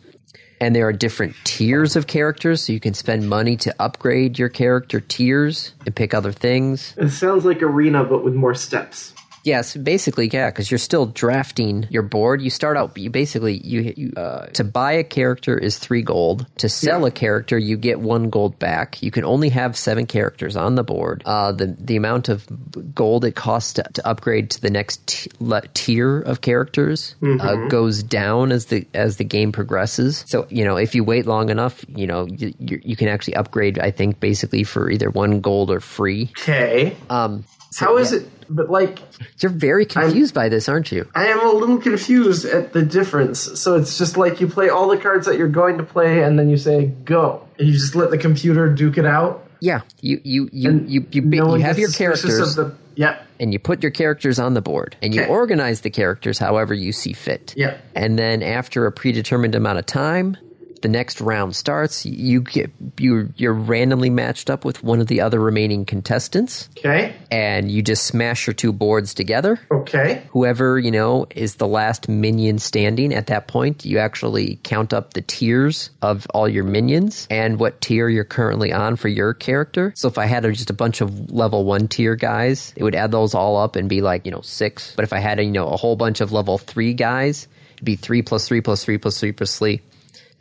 and there are different tiers of characters, so you can spend money to upgrade your character tiers and pick other things. It sounds like Arena, but with more steps. Yes, basically, yeah, because you're still drafting your board. You start out, you basically you, you uh, to buy a character is three gold. To sell a character, you get one gold back. You can only have seven characters on the board. Uh, the the amount of gold it costs to, to upgrade to the next t- le- tier of characters uh, goes down as the as the game progresses. So you know, if you wait long enough, you know you, you, you can actually upgrade. I think basically for either one gold or free. Okay. Um, How is it? But like, you're very confused by this, aren't you? I am a little confused at the difference. So it's just like you play all the cards that you're going to play, and then you say go, and you just let the computer duke it out. Yeah, you you you And you you, no you one have gets your suspicious characters Of the, yeah, and you put your characters on the board and you Okay. organize the characters however you see fit. Yeah. And then after a predetermined amount of time, the next round starts. You get you you're randomly matched up with one of the other remaining contestants Okay. and you just smash your two boards together. Okay. Whoever, you know, is the last minion standing at that point, you actually count up the tiers of all your minions and what tier you're currently on for your character. So if I had just a bunch of level one tier guys, it would add those all up and be like, you know, six. But if I had, you know, a whole bunch of level three guys, it'd be three plus three plus three plus three plus three.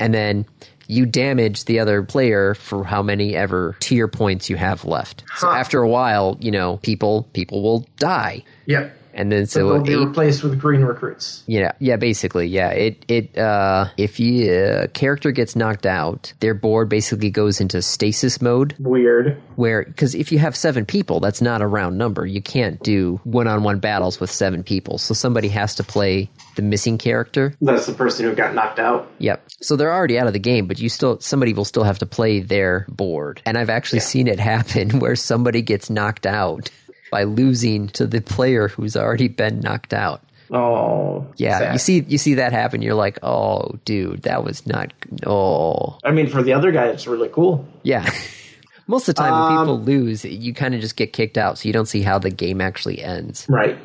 And then you damage the other player for how many ever tier points you have left. So Huh. after a while, you know, people people will die. Yeah. And then So so, they'll be eight- replaced with green recruits. yeah, yeah, basically, yeah. It it uh, if you uh, character gets knocked out, their board basically goes into stasis mode, Weird. where because if you have seven people, that's not a round number. You can't do one on one battles with seven people, so somebody has to play the missing character. That's the person who got knocked out. Yep. So they're already out of the game, but you still somebody will still have to play their board. And I've actually seen it happen where somebody gets knocked out by losing to the player who's already been knocked out. Oh. Yeah, sad. you see, you see that happen. You're like, oh, dude, that was not. Oh, I mean, for the other guy, it's really cool. yeah. Most of the time, Um, when people lose, you kind of just get kicked out, so you don't see how the game actually ends. Right.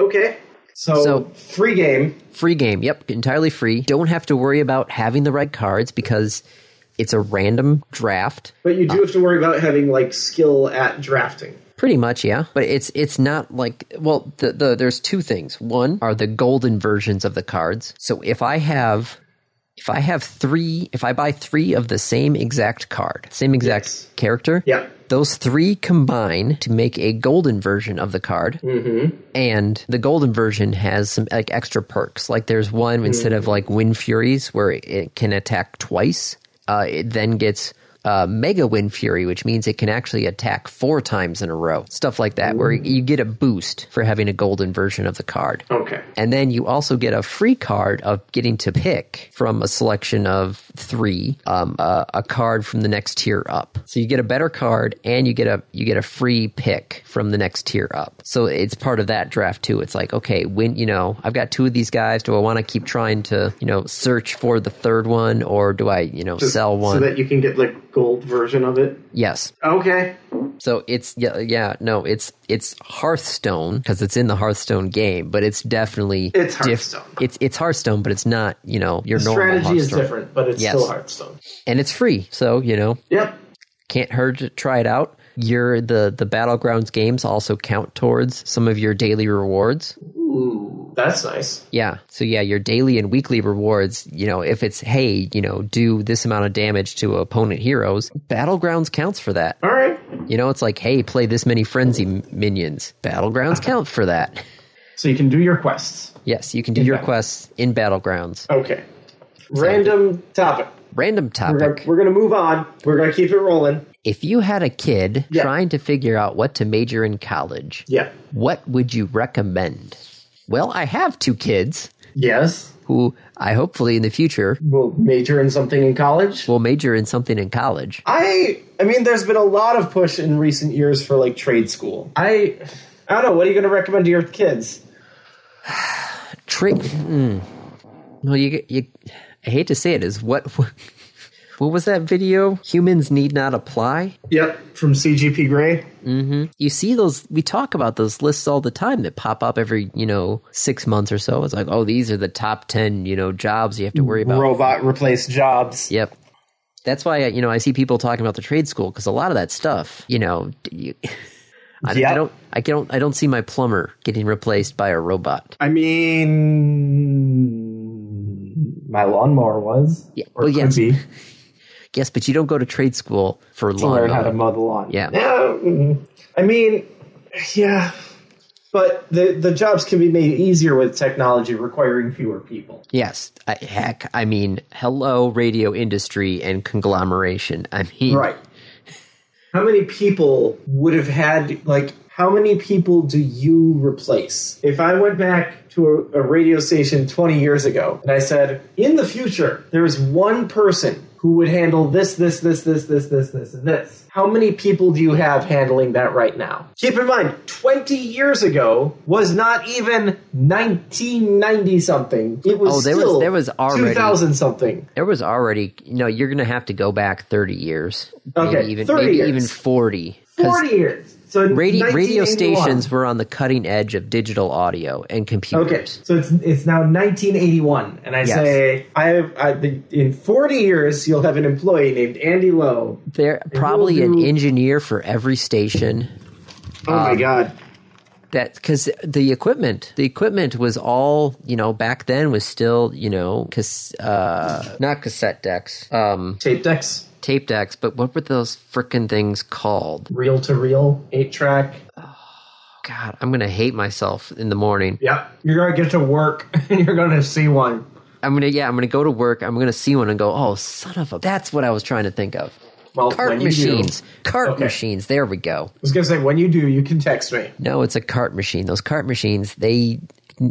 Okay. So, So- free game. Free game, yep, entirely free. Don't have to worry about having the right cards because it's a random draft. But you do have to worry about having like skill at drafting. Pretty much, yeah. But it's it's not like well, the, the there's two things. One are the golden versions of the cards. So if I have if I have three, if I buy three of the same exact card, same exact Yes. character, Yeah. those three combine to make a golden version of the card. Mm-hmm. And the golden version has some like extra perks. Like there's one instead of like Wind Furies where it, it can attack twice, uh, it then gets. Uh, Mega Wind Fury, which means it can actually attack four times in a row. Stuff like that, where you get a boost for having a golden version of the card. Okay. And then you also get a free card of getting to pick from a selection of three, um, a, a card from the next tier up. So you get a better card, and you get a you get a free pick from the next tier up. So it's part of that draft too. It's like okay, when you know I've got two of these guys, do I want to keep trying to you know search for the third one, or do I you know sell one? So that you can get the gold version of it. yes. Okay. So it's yeah yeah no it's it's Hearthstone because it's in the Hearthstone game, but it's definitely It's diff- Hearthstone. it's it's Hearthstone, but it's not you know your normal Strategy is Hearthstone. different, but it's Yes. still Hearthstone. and it's free. So you know Yep. can't hurt to try it out. Your the the battlegrounds games also count towards some of your daily rewards. Ooh, that's nice. Yeah. So yeah, your daily and weekly rewards, you know, if it's hey, you know, do this amount of damage to opponent heroes, battlegrounds counts for that. All right. You know, it's like hey, play this many frenzy m- minions. Battlegrounds count for that. So you can do your quests. Yes, you can do your Battle- quests in battlegrounds. Okay. Random topic. Random We're, topic. we're gonna move on. We're gonna keep it rolling. If you had a kid Yeah. trying to figure out what to major in college, Yeah. what would you recommend? Well, I have two kids Yes. who I hopefully in the future We'll major in something in college. will major in something in college. I I mean, there's been a lot of push in recent years for like trade school. I I don't know. What are you gonna recommend to your kids? hmm. Trick. Mm. Well, you, you. I hate to say it, is what What was that video? Humans need not apply. Yep, from CGP Grey. hmm You see those? We talk about those lists all the time that pop up every you know six months or so. It's like, oh, these are the top ten you know jobs you have to worry about. Robot replace jobs. Yep. That's why you know I see people talking about the trade school because a lot of that stuff, you know, d- you, I, I Yep. don't, I don't, I don't see my plumber getting replaced by a robot. I mean, my lawnmower was. Yeah, Or well, could yes. be. Yes, but you don't go to trade school for to lawn learn how to mowing. mow the lawn. mm-hmm. Yeah. Yeah, I mean, Yeah. but the the jobs can be made easier with technology requiring fewer people. Yes, I, heck, I mean, hello, radio industry and conglomeration. I mean, Right. How many people would have had like how many people do you replace? If I went back to a, a radio station 20 years ago and I said, "In the future, there is one person who would handle this this this this this this this and this." How many people do you have handling that right now? Keep in mind, 20 years ago was not even 1990 something. It was Oh, there was- still there was already- 2000 something. there was already, you know, you're going to have to go back 30 years. Okay, maybe even, 30 maybe years. even 40. 'Cause 40 years. So radio, radio 1981. stations were on the cutting edge of digital audio and Okay, computers. so it's it's now 1981, and I Yes. say I have I, in 40 years you'll have an employee named Andy Lowe. There probably an do- engineer for every station. Oh Um, my god. that because the equipment the equipment was all you know back then was still you know cas- uh not cassette decks um Tape decks, tape decks but what were those frickin' things called reel to reel, eight track. god i'm gonna hate myself in the morning Yep, you're gonna get to work and you're gonna see one. i'm gonna yeah i'm gonna go to work i'm gonna see one and go oh son of a that's what i was trying to think of Well, cart when you do- machines cart Okay. machines there we go I was gonna say when you do, you can text me. No, it's a cart machine. Those cart machines, they,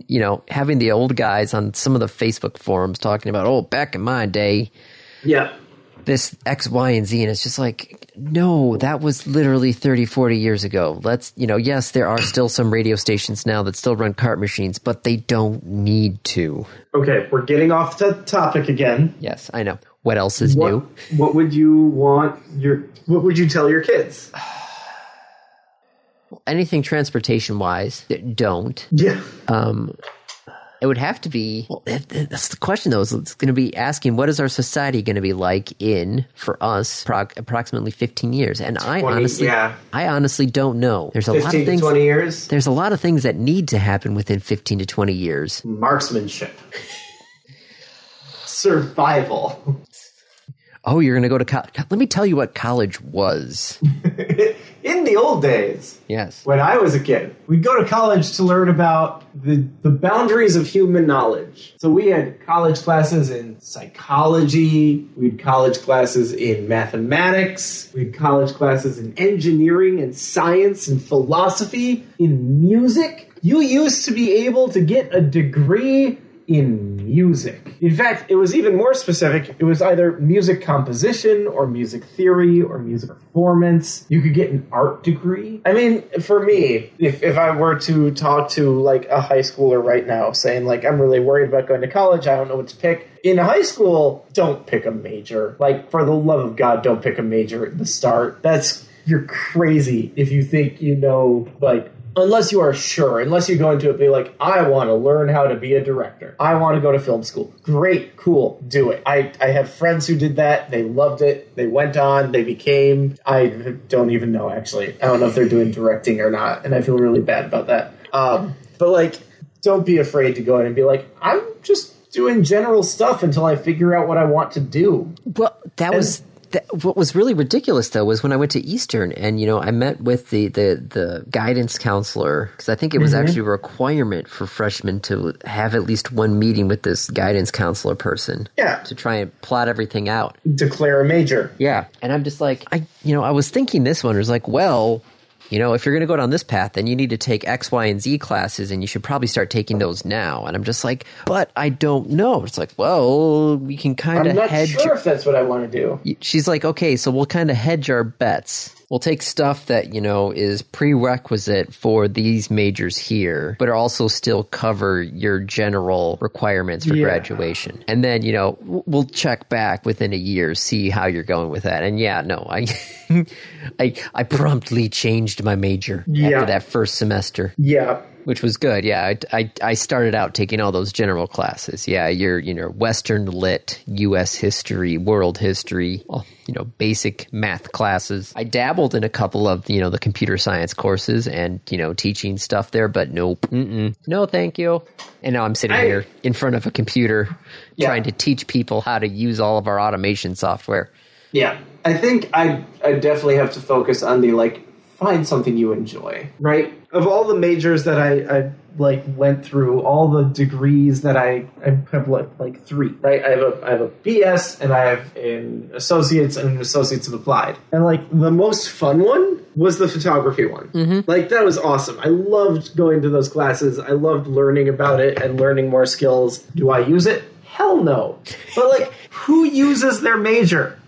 you know, having the old guys on some of the Facebook forums talking about, oh, back in my day, Yeah. this X, Y, and Z. And it's just like, no, that was literally 30, 40 years ago. Let's, you know, yes, there are still some radio stations now that still run cart machines, but they don't need to. Okay, we're getting off the topic again. Yes, I know. What else is What, new? what would you want your what would you tell your kids? Anything transportation wise, don't. Yeah. um, it would have to be. Well, that- that- that's the question, though. Is it's going to be asking what is our society going to be like in for us pro- approximately fifteen years? And I 20, honestly, yeah. I honestly don't know. There's a lot 15 of to things. 20 years. There's a lot of things that need to happen within fifteen to twenty years. Marksmanship. Survival. Oh, you're going to go to college. Let me tell you what college was. In the old days, Yes. when I was a kid, we'd go to college to learn about the, the boundaries of human knowledge. So we had college classes in psychology, we had college classes in mathematics, we had college classes in engineering and science and philosophy, in music. You used to be able to get a degree in music. In fact, it was even more specific. It was either music composition or music theory or music performance. You could get an art degree. I mean, for me, if, if I were to talk to like a high schooler right now saying like I'm really worried about going to college, I don't know what to pick. In high school, don't pick a major. Like for the love of God, don't pick a major at the start. That's you're crazy if you think you know like unless you are sure, unless you go into it be like, I want to learn how to be a director. I want to go to film school. Great, cool, do it. I, I have friends who did that. They loved it. They went on. They became. I don't even know actually. I don't know if they're doing directing or not, and I feel really bad about that. Um, but like, don't be afraid to go in and be like, I'm just doing general stuff until I figure out what I want to do. Well, that was that, what was really ridiculous though was when I went to Eastern and you know I met with the the, the guidance counselor because I think it was Mm-hmm. actually a requirement for freshmen to have at least one meeting with this guidance counselor person Yeah, to try and plot everything out. declare a major. Yeah, and I'm just like I you know I was thinking this one was like well. You know, if you're going to go down this path, then you need to take X, Y, and Z classes, and you should probably start taking those now. And I'm just like, but I don't know. It's like, well, we can kind I'm of not hedge sure if that's what I want to do. she's like, okay, so we'll kind of hedge our bets. We'll take stuff that, you know, is prerequisite for these majors here, but also still cover your general requirements for Yeah. graduation. And then, you know, w- we'll check back within a year, see how you're going with that. And yeah, no, I I I promptly changed my major Yeah. after that first semester Yeah. which was good. Yeah, I, I I started out taking all those general classes. Yeah, your you know Western lit, U.S. history, world history, all, you know basic math classes. I dabbled in a couple of you know the computer science courses and you know teaching stuff there, but nope, Mm-mm. no, thank you. And now I'm sitting I- here in front of a computer Yeah. trying to teach people how to use all of our automation software. Yeah, I think I I definitely have to focus on the like find something you enjoy. Right. Of all the majors that I, I like went through, all the degrees that I, I have like, like three. Right, I have a I have a BS and I have an associates and an associates of applied. And like the most fun one was the photography one. Mm-hmm. Like that was awesome. I loved going to those classes. I loved learning about it and learning more skills. Do I use it? Hell no. But like, who uses their major?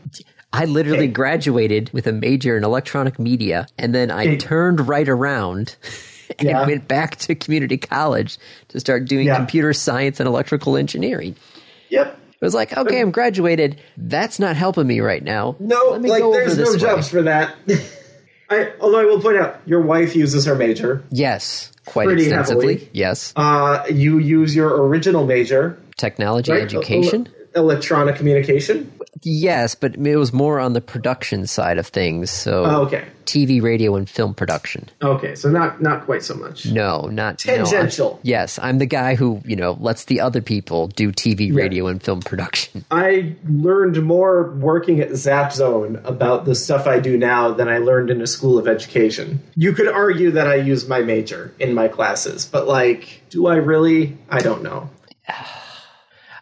I literally graduated with a major in electronic media, and then I Okay. turned right around and Yeah. went back to community college to start doing Yeah. computer science and electrical engineering. Yep. It was like, okay, I'm graduated. That's not helping me right now. No, Let me like go over there's no this way. jobs for that. I, although I will point out, your wife uses her major. Yes, quite Pretty extensively. heavily. Yes, Uh, you use your original major, technology right? education. Ele- electronic communication. yes, but it was more on the production side of things. So Oh, okay, TV, radio, and film production. okay, so not not quite so much. No, not Tangential. No, I'm- yes, I'm the guy who you know lets the other people do TV, radio, and film production. I learned more working at Zap Zone about the stuff I do now than I learned in a school of education. You could argue that I use my major in my classes, but like, do I really? I don't know.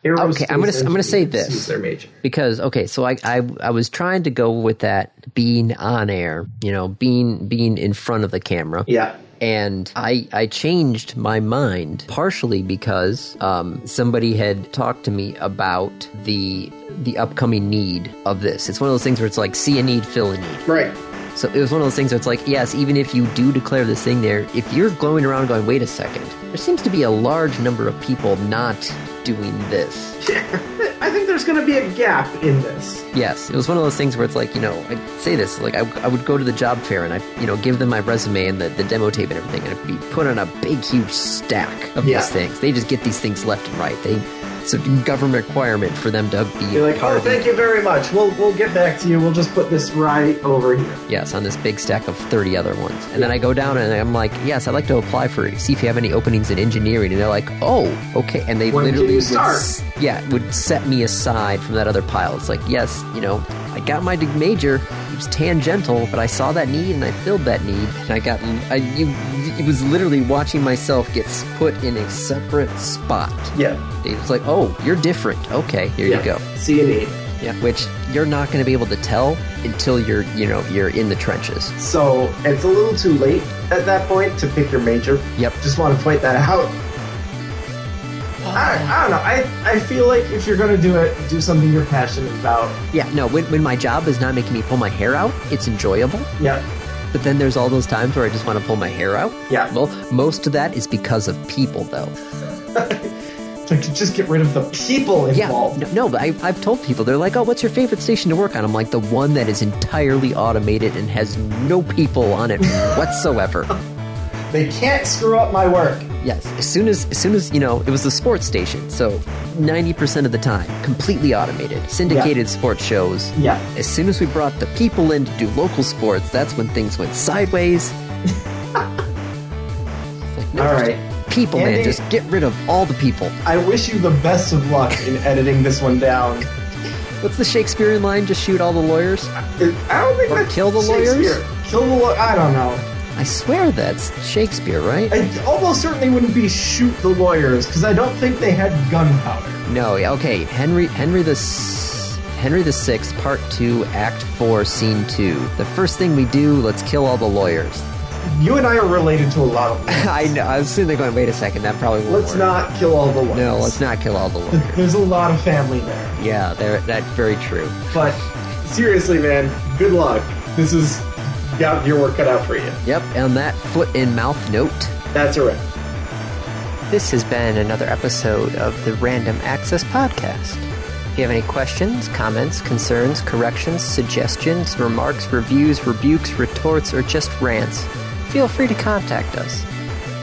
Okay, I'm gonna- I'm gonna say Aerospace engineers this. Use their major. Because okay, so I, I I was trying to go with that being on air, you know, being being in front of the camera. Yeah. and I I changed my mind partially because um, somebody had talked to me about the the upcoming need of this. It's one of those things where it's like see a need, fill a need. Right. So it was one of those things where it's like, yes, even if you do declare this thing there, if you're going around going, wait a second, there seems to be a large number of people not doing this. I think there's going to be a gap in this. Yes, it was one of those things where it's like, you know, I say this, like I, I would go to the job fair and I, you know, give them my resume and the, the demo tape and everything, and it'd be put on a big, huge stack of Yeah. these things. They just get these things left and right. They, it's a government requirement for them to be You're like, part oh, of the- thank you very much. We'll we'll get back to you. We'll just put this right over here. Yes, on this big stack of 30 other ones. And then I go down and I'm like, yes, I'd like to apply for it. See if you have any openings in engineering. And they're like, oh, okay. And they When can literally you would, start? s- yeah, would set me aside from that other pile. It's like, yes, you know, I got my dig- major. It was tangential, but I saw that need and I filled that need. And I got, I, you, it was literally watching myself get s- put in a separate spot. Yeah. It's like, oh, you're different. Okay, here you go. See you need. Yeah. Which you're not going to be able to tell until you're, you know, you're in the trenches. So it's a little too late at that point to pick your major. Yep. Just want to point that out. I, I don't know. I, I feel like if you're going to do it, do something you're passionate about. Yeah, no, when, when my job is not making me pull my hair out, it's enjoyable. Yeah. But then there's all those times where I just want to pull my hair out. Yeah. Well, most of that is because of people, though. Like, just get rid of the people Yeah. involved. No, no, but I, I've told people, they're like, oh, what's your favorite station to work on? I'm like, the one that is entirely automated and has no people on it whatsoever. They can't screw up my work. Yes. As soon as, as soon as, you know, it was the sports station. So 90% of the time, completely automated, syndicated sports shows. Yeah. As soon as we brought the people in to do local sports, that's when things went sideways. It's like, no, All just right. People, man, Andy- just get rid of all the people. I wish you the best of luck in editing this one down. What's the Shakespearean line? Just shoot all the lawyers? I don't think Or that's kill the lawyers? Shakespeare. Kill the lawyers. I don't know. I swear that's Shakespeare, right? I almost certainly wouldn't be shoot the lawyers because I don't think they had gunpowder. No, yeah, okay. Henry, Henry the. S- Henry the Sixth, Part Two, Act Four, Scene Two. The first thing we do, let's kill all the lawyers. You and I are related to a lot of. Lawyers. I know. I was sitting there going, "Wait a second, that probably won't Let's work." not kill all the lawyers. No, let's not kill all the lawyers. There's a lot of family there, yeah, there- that's very true. but seriously, man, good luck. This is got your work cut out for you. Yep, and that foot in mouth note. That's a wrap. This has been another episode of the Random Access Podcast. If you have any questions, comments, concerns, corrections, suggestions, remarks, reviews, rebukes, retorts, or just rants, feel free to contact us.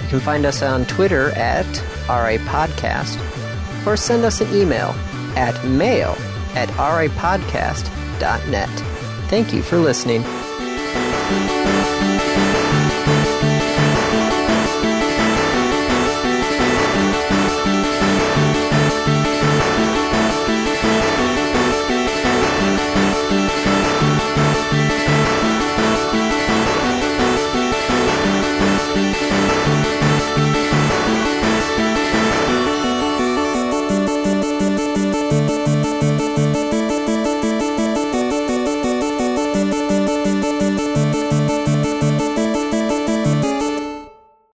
You can find us on Twitter at RAPodcast or send us an email at mail at rapodcast.net. Thank you for listening.